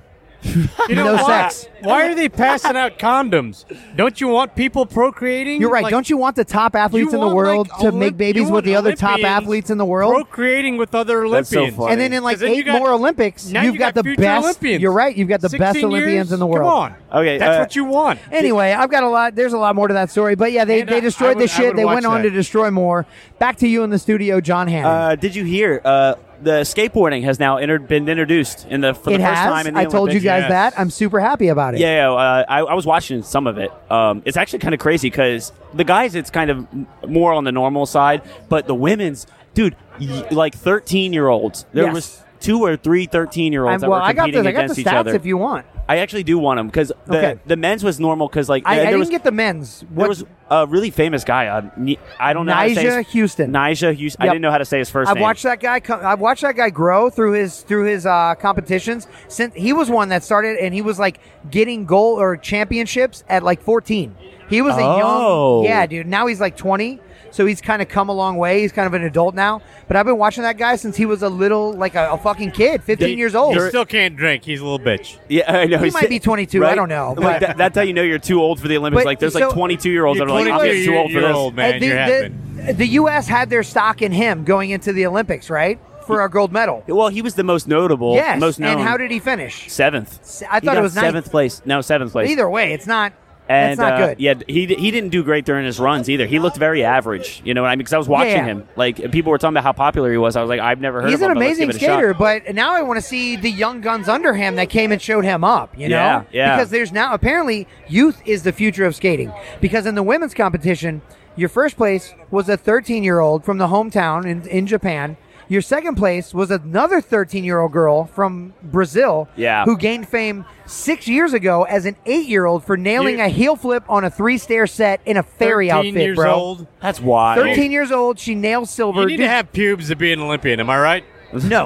S4: You
S3: [LAUGHS] no
S4: why,
S3: sex.
S4: Why are they passing out condoms? Don't you want people procreating?
S3: You're right.
S4: Like,
S3: Don't you want the top athletes in the
S4: want,
S3: world
S4: like,
S3: to
S4: Olymp-
S3: make babies
S4: you
S3: with the
S4: want
S3: other top
S4: Olympians
S3: athletes in the world?
S4: Procreating with other
S2: That's so
S4: Olympians.
S2: funny.
S3: And then in like
S4: Because then you
S3: eight
S4: got-
S3: more Olympics,
S4: now
S3: you've
S4: you
S3: got, the
S4: got future
S3: best.
S4: Olympians.
S3: You're right. You've got the best
S4: 16
S3: Olympians
S4: years?
S3: in the world.
S4: Come on.
S2: Okay,
S4: That's
S2: uh,
S4: what you want.
S3: Anyway, I've got a lot. There's a lot more to that story, but yeah, they,
S4: And
S3: they
S4: I- I
S3: destroyed
S4: would-
S3: the
S4: I
S3: shit.
S4: would
S3: They went
S4: watch
S3: on to
S4: that.
S3: destroy more. Back to you in the studio, John Hannon.
S2: Uh, did you hear? Uh, the skateboarding has now entered, been introduced in the for
S3: it
S2: the
S3: has.
S2: first time in the
S3: I told you
S2: Olympics.
S3: guys
S4: yes.
S3: that. I'm super happy about it.
S2: Yeah, yeah, uh, I, I was watching some of it. Um, it's actually kind of crazy because the guys, it's kind of m- more on the normal side, but the women's, dude, y- like thirteen year olds. There
S3: Yes.
S2: was two or three 13 year
S3: I'm,
S2: olds that
S3: well,
S2: were
S3: I got
S2: competing
S3: this. I got the
S2: against each
S3: stats
S2: other.
S3: if you want.
S2: I actually do want them because the,
S3: Okay.
S2: the men's was normal because like
S3: I, I
S2: there
S3: didn't
S2: was,
S3: get the men's.
S2: there
S3: What,
S2: was a really famous guy. Uh, Ni- I don't know. how to say
S3: Nyjah
S2: his-
S3: Houston.
S2: Nyjah Houston.
S3: Yep.
S2: I didn't know how to say his 1st
S3: I've
S2: name.
S3: watched that guy. Come, I've watched that guy grow through his through his uh, competitions. Since he was one that started, and he was like getting gold or championships at like 14. He was a
S2: Oh.
S3: young, yeah, dude. Now he's like 20, so he's kind of come a long way. He's kind of an adult now. But I've been watching that guy since he was a little, like a, a fucking kid, 15 years old.
S4: He still can't drink. He's a little bitch.
S2: [LAUGHS] Yeah, I know.
S3: He might be 22. I don't know, but-
S2: Like, that, that's how you know you're too old for the Olympics.
S3: But,
S2: like there's
S3: so-
S2: like 22 year olds
S4: You're
S2: that are like, I'm
S4: 22
S2: getting too old for
S4: year
S2: this.
S4: old, man.
S3: Uh,
S4: you
S3: the, the, the U.S. had their stock in him going into the Olympics, right, for our gold medal.
S2: Well, he was the most notable.
S3: Yes.
S2: most known.
S3: And how did he finish?
S2: seventh?
S3: I
S2: He
S3: thought it
S2: got
S3: was ninth.
S2: seventh place. No, seventh place.
S3: Either way, it's not.
S2: And
S3: That's not
S2: uh,
S3: good.
S2: yeah, he he didn't do great during his runs either. He looked very average. You know what I mean? Because I was watching
S3: Yeah.
S2: him. Like people were talking about how popular he was. I was like, I've never heard.
S3: He's
S2: of
S3: an
S2: him, but let's
S3: amazing
S2: give it a shot.
S3: skater, but now I want to see the young guns under him that came and showed him up. You know,
S2: Yeah, yeah.
S3: because there's now apparently youth is the future of skating. Because in the women's competition, your first place was a 13 year old from the hometown in, in Japan. Your second place was another 13 year old girl from Brazil,
S2: Yeah.
S3: who gained fame six years ago as an eight year old for nailing
S4: You-
S3: a heel flip on a three stair set in a fairy
S4: 13
S3: outfit,
S4: years
S3: bro.
S4: old.
S2: That's wild.
S3: 13 years old, she nails silver.
S4: You need to
S3: Dude,
S4: have pubes to be an Olympian. Am I right?
S3: no,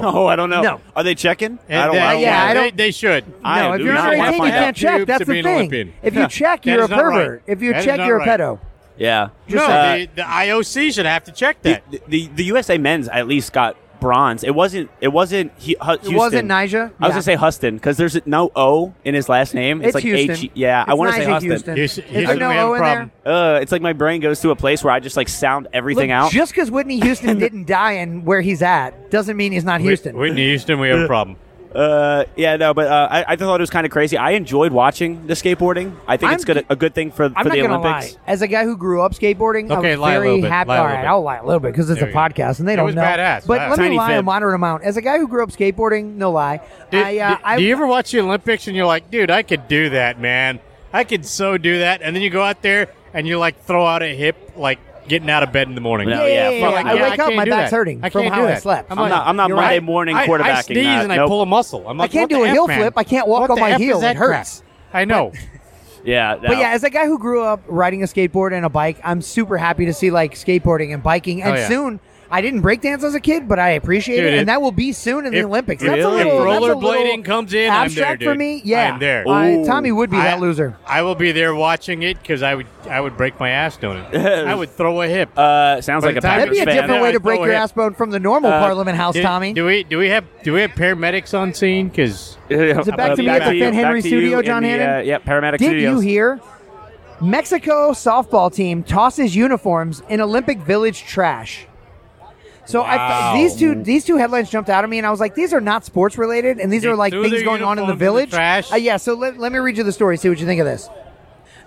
S2: [LAUGHS] No, I don't know.
S3: No. Uh,
S2: Are they checking?
S4: And
S2: I don't.
S4: they-
S2: I don't
S3: yeah,
S2: know.
S3: I
S4: they-
S3: don't-
S4: They, should.
S2: I
S3: No, if
S2: do
S3: you're
S2: not
S3: under
S2: want
S3: 18,
S2: to
S3: you
S2: find out.
S3: can't check.
S4: Pubes
S3: That's
S4: to
S3: the
S4: be an
S3: thing.
S4: Olympian.
S3: If you check,
S4: That
S3: you're a
S4: is not right.
S3: pervert. If you
S4: That is
S3: check,
S4: not
S3: you're a
S4: right.
S3: pedo.
S2: Yeah.
S4: No,
S2: Uh,
S4: the, the IOC should have to check
S2: the,
S4: that.
S2: the the USA men's at least got bronze. It wasn't it wasn't he, Hu- Houston.
S3: It wasn't Nija.
S2: I was gonna say Huston because there's no O in his last name. It's,
S3: It's
S2: like
S3: Houston.
S2: H. E, Yeah, I
S3: It's
S2: want to say
S3: Nija
S2: Huston.
S3: Houston.
S4: Here's-
S3: Is
S4: here's
S3: there
S4: where
S3: no
S4: we have a
S3: O in
S4: problem.
S3: there?
S2: Uh, it's like my brain goes to a place where I just like sound everything
S3: Look,
S2: out.
S3: Just because
S2: [LAUGHS]
S3: Whitney Houston didn't die and where he's at doesn't mean he's not Houston.
S4: Whitney Houston, we have a problem.
S2: Uh, yeah, no, but uh, I, I thought it was kind of crazy. I enjoyed watching the skateboarding. I think
S3: I'm
S2: it's good,
S3: g-
S2: a good thing for,
S3: I'm
S2: for
S3: not
S2: the
S3: gonna
S2: Olympics.
S3: lie. As a guy who grew up skateboarding,
S4: Okay,
S3: I'm
S4: lie a
S3: very
S4: little bit.
S3: happy.
S4: Lie a
S3: all
S4: little
S3: right,
S4: bit.
S3: I'll lie a little bit because it's
S4: There
S3: a
S4: you go.
S3: podcast and they
S4: It
S3: don't
S4: was
S3: know.
S4: badass.
S3: But
S4: Wow.
S3: let
S2: Tiny
S3: me lie a
S2: fib.
S3: moderate amount. As a guy who grew up skateboarding, no lie.
S4: Did-
S3: I, uh,
S4: did-
S3: I,
S4: do you ever watch the Olympics and you're like, dude, I could do that, man. I could so do that. And then you go out there and you like throw out a hip, like getting out of bed in the morning.
S2: No,
S3: yeah, yeah,
S2: yeah,
S3: yeah,
S2: fuck
S3: yeah.
S2: no.
S3: I
S2: Yeah,
S3: wake up,
S4: can't
S3: my
S4: do
S3: back's
S4: that.
S3: hurting
S4: I
S3: from
S4: can't
S3: how
S4: do
S3: I
S4: that.
S3: slept.
S2: I'm not- I'm not
S4: You're
S2: Monday morning
S4: I- I,
S2: quarterbacking
S4: sneeze
S2: that.
S4: and I
S2: Nope.
S4: pull a muscle. I'm like,
S3: can't
S4: what
S3: do
S4: the
S3: a
S4: F,
S3: heel
S4: man?
S3: flip. I can't walk
S4: What
S3: on
S4: the
S3: my
S4: F
S3: heel.
S4: is that
S3: It hurts.
S4: crap? I know.
S2: Yeah, no.
S3: But yeah, as a guy who grew up riding a skateboard and a bike, I'm super happy to see like skateboarding and biking. And
S4: Oh, yeah.
S3: soon, I didn't breakdance as a kid, but I appreciate
S4: Dude,
S3: it,
S4: it-
S3: and that will be soon in the
S4: if-
S3: Olympics.
S4: if
S3: That's a
S2: really-
S3: little
S2: if
S3: that's a little
S4: rollerblading comes in, I'm there,
S3: abstract for
S4: dude.
S3: me. Yeah,
S4: I'm there.
S3: I-
S2: Ooh.
S3: Tommy would [LAUGHS] be
S4: I-
S3: that loser.
S4: I will be there watching it because I would I would break my ass doing
S3: [LAUGHS]
S4: it. I would throw a hip.
S2: uh, sounds
S4: By
S2: like
S4: the
S2: a
S3: That'd
S4: time
S2: Packers
S3: be a
S4: Packers
S2: fan. [LAUGHS]
S3: different
S4: fan.
S3: way to
S4: I'd
S3: break
S4: throw
S3: your
S4: hip.
S3: ass bone from the normal Parliament House,
S4: Uh, do,
S3: Tommy.
S4: do we do we have do we have paramedics on scene? Because
S2: Is
S3: it back
S4: to me at the
S3: Finn Henry studio, John
S2: Yeah,
S3: Hannon?
S2: uh, yeah, paramedic
S3: Did
S2: studios.
S3: you hear? Mexico softball team tosses uniforms in Olympic Village trash. So I, these two these two headlines jumped out at me, and I was like, these are not sports related, and these
S4: They
S3: are like
S4: threw
S3: things
S4: their
S3: going on in the
S4: uniforms in the
S3: village.
S4: trash?
S3: Uh, yeah. So let, let me read you the story. See what you think of this.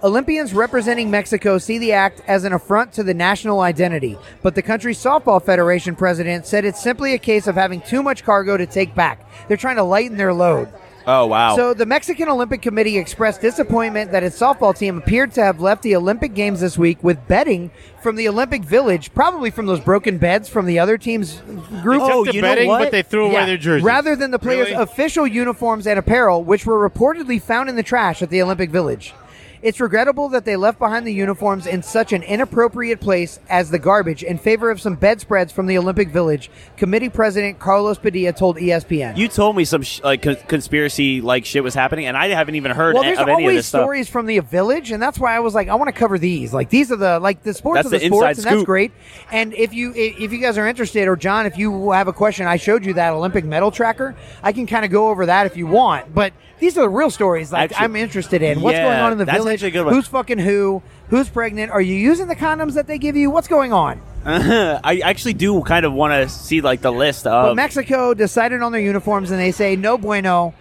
S3: Olympians representing Mexico see the act as an affront to the national identity, but the country's softball federation president said it's simply a case of having too much cargo to take back. They're trying to lighten their load.
S2: Oh wow.
S3: So the Mexican Olympic Committee expressed disappointment that its softball team appeared to have left the Olympic Games this week with bedding from the Olympic Village, probably from those broken beds from the other team's group.
S2: Oh,
S4: They took the bedding, but they threw away their jerseys.
S3: Rather than the players'
S4: Really?
S3: official uniforms and apparel, which were reportedly found in the trash at the Olympic Village. It's regrettable that they left behind the uniforms in such an inappropriate place as the garbage in favor of some bedspreads from the Olympic Village, committee president Carlos Padilla told E ESPN.
S2: you told me some sh- like con- conspiracy like shit was happening, and I haven't even heard
S3: Well,
S2: a-
S3: there's
S2: of any of this
S3: always
S2: stuff.
S3: stories from the village, and that's why I was like, I want to cover these. Like these are the like the sports
S2: That's
S3: of the,
S2: the inside
S3: sports, and that's
S2: scoop.
S3: great. And if you i- if you guys are interested, or John, if you have a question, I showed you that Olympic medal tracker. I can kind of go over that if you want. But these are the real stories. Like
S2: Actually-
S3: I'm interested in what's
S2: Yeah,
S3: going on in the
S2: that's
S3: village.
S2: actually a good one.
S3: Who's fucking who? Who's pregnant? Are you using the condoms that they give you? What's going on?
S2: [LAUGHS] I actually do kind of want to see like the list
S3: But
S2: of.
S3: Mexico decided on their uniforms, and they say no bueno.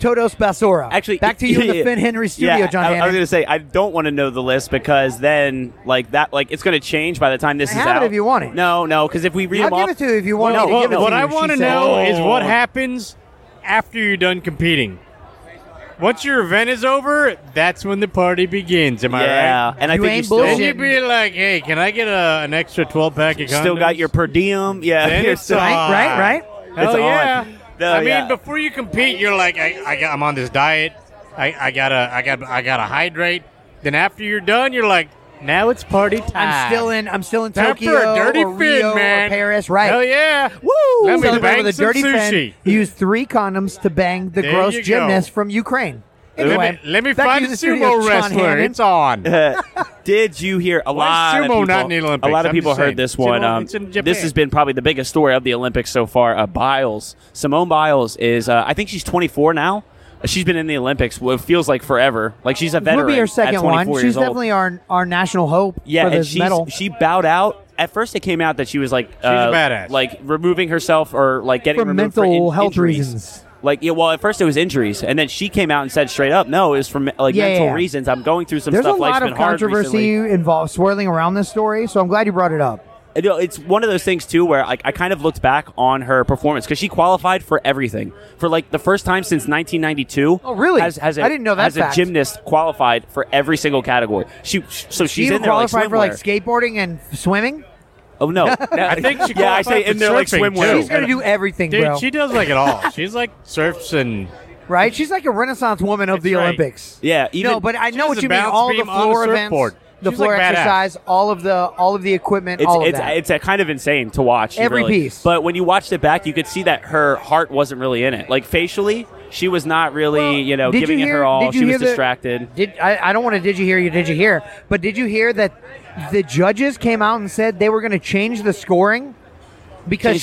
S3: Todos Basura.
S2: Actually,
S3: back to you
S2: [LAUGHS]
S3: in the
S2: yeah,
S3: Finn Henry studio,
S2: yeah,
S3: John.
S2: I, I
S3: Hannon.
S2: was gonna say I don't want to know the list because then, like that, like it's gonna change by the time this is
S3: I have it
S2: out.
S3: if you want it.
S2: No, no, because if we read
S3: I'll
S2: them
S3: give
S2: off-
S3: it to you if you want
S2: Well,
S3: me
S2: no,
S3: to give it
S2: well,
S3: to
S4: what
S3: you,
S4: I
S3: she
S4: want to
S3: said.
S4: know is
S2: Oh.
S4: what happens after you're done competing. Once your event is over, that's when the party begins. Am I
S2: yeah,
S4: right?
S2: and I
S3: You
S2: think you
S3: ain't
S4: Then
S2: still,
S3: bullshit.
S4: you'd be like, "Hey, can I get a, an extra twelve pack of condoms?"
S2: still got your per diem. Yeah,
S4: Then
S2: you're
S4: it's
S2: still-
S3: Right,
S4: on.
S3: right, right.
S4: Hell
S2: It's
S4: yeah!
S2: on. No,
S4: I mean,
S2: yeah.
S4: before you compete, you're like, I, I got, I'm on this diet. I, I gotta, I got, I gotta hydrate. Then after you're done, you're like, now it's party time.
S3: I'm still in. I'm still in
S4: Ah. Time
S3: Tokyo
S4: for a dirty
S3: or
S4: fin,
S3: Rio or
S4: man.
S3: Paris. Right.
S4: Hell yeah! Woo! Let me
S3: Celebrate
S4: bang
S3: with a
S4: some
S3: dirty
S4: sushi.
S3: fin. Use three condoms to bang the
S4: There
S3: gross
S4: you go.
S3: gymnast from Ukraine. Anyway,
S4: let me, let me
S3: back to
S4: find a
S3: the studio,
S4: sumo
S3: Sean
S4: wrestler.
S3: Hannon.
S4: It's
S3: [LAUGHS]
S4: on.
S2: Did you hear a
S4: Why
S2: lot? of
S4: is sumo
S2: people,
S4: not in the Olympics?
S2: A lot of
S4: I'm
S2: people
S4: just saying.
S2: heard this
S4: Sumo-
S2: one. um,
S4: it's in Japan.
S2: this has been probably the biggest story of the Olympics so far. Uh, Biles, Simone Biles is. Uh, I think she's 24 now. She's been in the Olympics. Well, it feels like forever. Like she's a
S3: This
S2: veteran.
S3: would be her
S2: at
S3: second
S2: 24
S3: one.
S2: years
S3: She's
S2: old.
S3: definitely our our national hope
S2: Yeah,
S3: for
S2: and
S3: this
S2: she's,
S3: medal.
S2: she bowed out. At first, it came out that she was like, she's
S4: a badass.
S2: like removing herself or like getting
S3: For
S2: removed for
S3: mental
S2: in-
S3: health
S2: injuries.
S3: reasons.
S2: Like, yeah, well, at first it was injuries, and then she came out and said straight up, "No, it was for me- like
S3: Yeah,
S2: mental
S3: yeah, yeah.
S2: reasons. I'm going through some
S3: There's a
S2: stuff. Life's
S3: lot
S2: been
S3: of
S2: hard recently."
S3: controversy involved swirling around this story, so I'm glad you brought it up.
S2: you know, it's one of those things too where like I kind of looked back on her performance because she qualified for everything for like the first time since 1992.
S3: Oh, really?
S2: Has, has a,
S3: I didn't know that
S2: As a
S3: fact.
S2: gymnast, qualified for every single category. She so she's
S3: she
S2: in there
S3: qualified
S2: like
S3: for like
S2: swimwear.
S3: skateboarding and f- swimming.
S2: oh
S3: [LAUGHS]
S2: no, I
S4: think she
S2: yeah, I
S4: qualified
S2: say
S4: for
S2: in there like
S4: surfing,
S2: swimwear.
S4: too.
S3: She's gonna do everything,
S4: Dude,
S3: bro.
S4: she does like it all. She's like surfs and
S3: right? She's like a Renaissance woman of
S4: That's
S3: the
S4: right. E-
S3: Olympics.
S2: Yeah, even
S3: no, but I know
S4: does
S3: what
S4: the
S3: you mean.
S4: balance
S3: All the
S4: beam on the
S3: floor events,
S4: surfboard.
S3: the
S4: She's, like,
S3: floor
S4: badass.
S3: exercise, all of the all of the equipment,
S2: it's
S3: all of
S2: it's,
S3: that.
S2: it's a kind of insane to watch you
S3: Every
S2: really-
S3: piece.
S2: But when you watched it back, you could see that her heart wasn't really in it. Like facially, she was not really you know
S3: did
S2: giving
S3: you
S2: it
S3: hear-
S2: her all.
S3: did you
S2: She
S3: hear
S2: was
S3: the-
S2: distracted.
S3: Did I, I don't want to did you hear you did you hear? But did you hear that the judges came out and said they were going to change the scoring because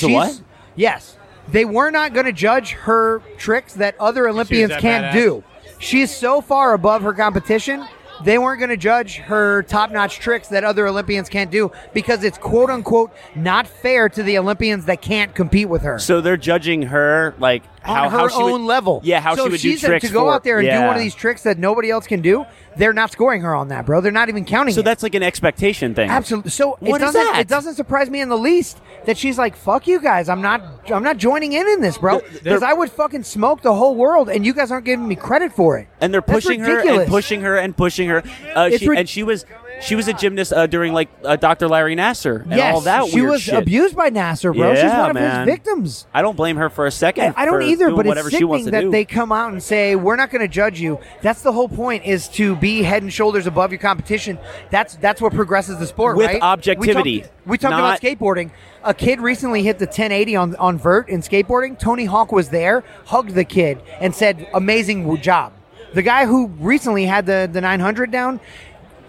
S2: Change the what?
S3: she's yes they were not going to judge her tricks that other Olympians
S4: that
S3: can't
S4: badass.
S3: do. She's so far above her competition. They weren't going to judge her top-notch tricks that other Olympians can't do because it's quote unquote not fair to the Olympians that can't compete with her.
S2: So they're judging her like
S3: on
S2: how
S3: her
S2: how she would-
S3: own level.
S2: Yeah, how
S3: so
S2: she would
S3: if she's
S2: do tricks
S3: to go
S2: for-
S3: out there and do
S2: yeah.
S3: one of these tricks that nobody else can do. They're not scoring her on that, bro. They're not even counting.
S2: So
S3: it.
S2: that's like an expectation thing.
S3: absolutely. So it
S2: What is
S3: doesn't
S2: that?
S3: it doesn't surprise me in the least that she's like, "Fuck you guys, I'm not I'm not joining in in this, bro, because I would fucking smoke the whole world, and you guys aren't giving me credit for it."
S2: And they're
S3: That's
S2: pushing her and
S3: ridiculous.
S2: pushing her and pushing her. Uh,
S3: It's
S2: she,
S3: rid-
S2: and she was she was a gymnast uh, during like uh, Dr. Larry Nasser and
S3: Yes,
S2: all that.
S3: she
S2: weird
S3: was
S2: shit.
S3: abused by Nasser, bro. she's
S2: Yeah,
S3: one of
S2: man.
S3: his victims.
S2: I don't blame her for a second.
S3: I don't
S2: for
S3: either,
S2: doing
S3: but
S2: whatever
S3: it's
S2: she wants
S3: sickening
S2: to do.
S3: that they come out and say we're not going to judge you. That's the whole point: is to be head and shoulders above your competition. That's that's what progresses the sport
S2: With
S3: right? We
S2: objectivity,
S3: talked- We talked,
S2: not-
S3: about skateboarding. A kid recently hit the 1080 on on vert in skateboarding. Tony Hawk was there, hugged the kid, and said, "Amazing w- job." The guy who recently had the the 900 down.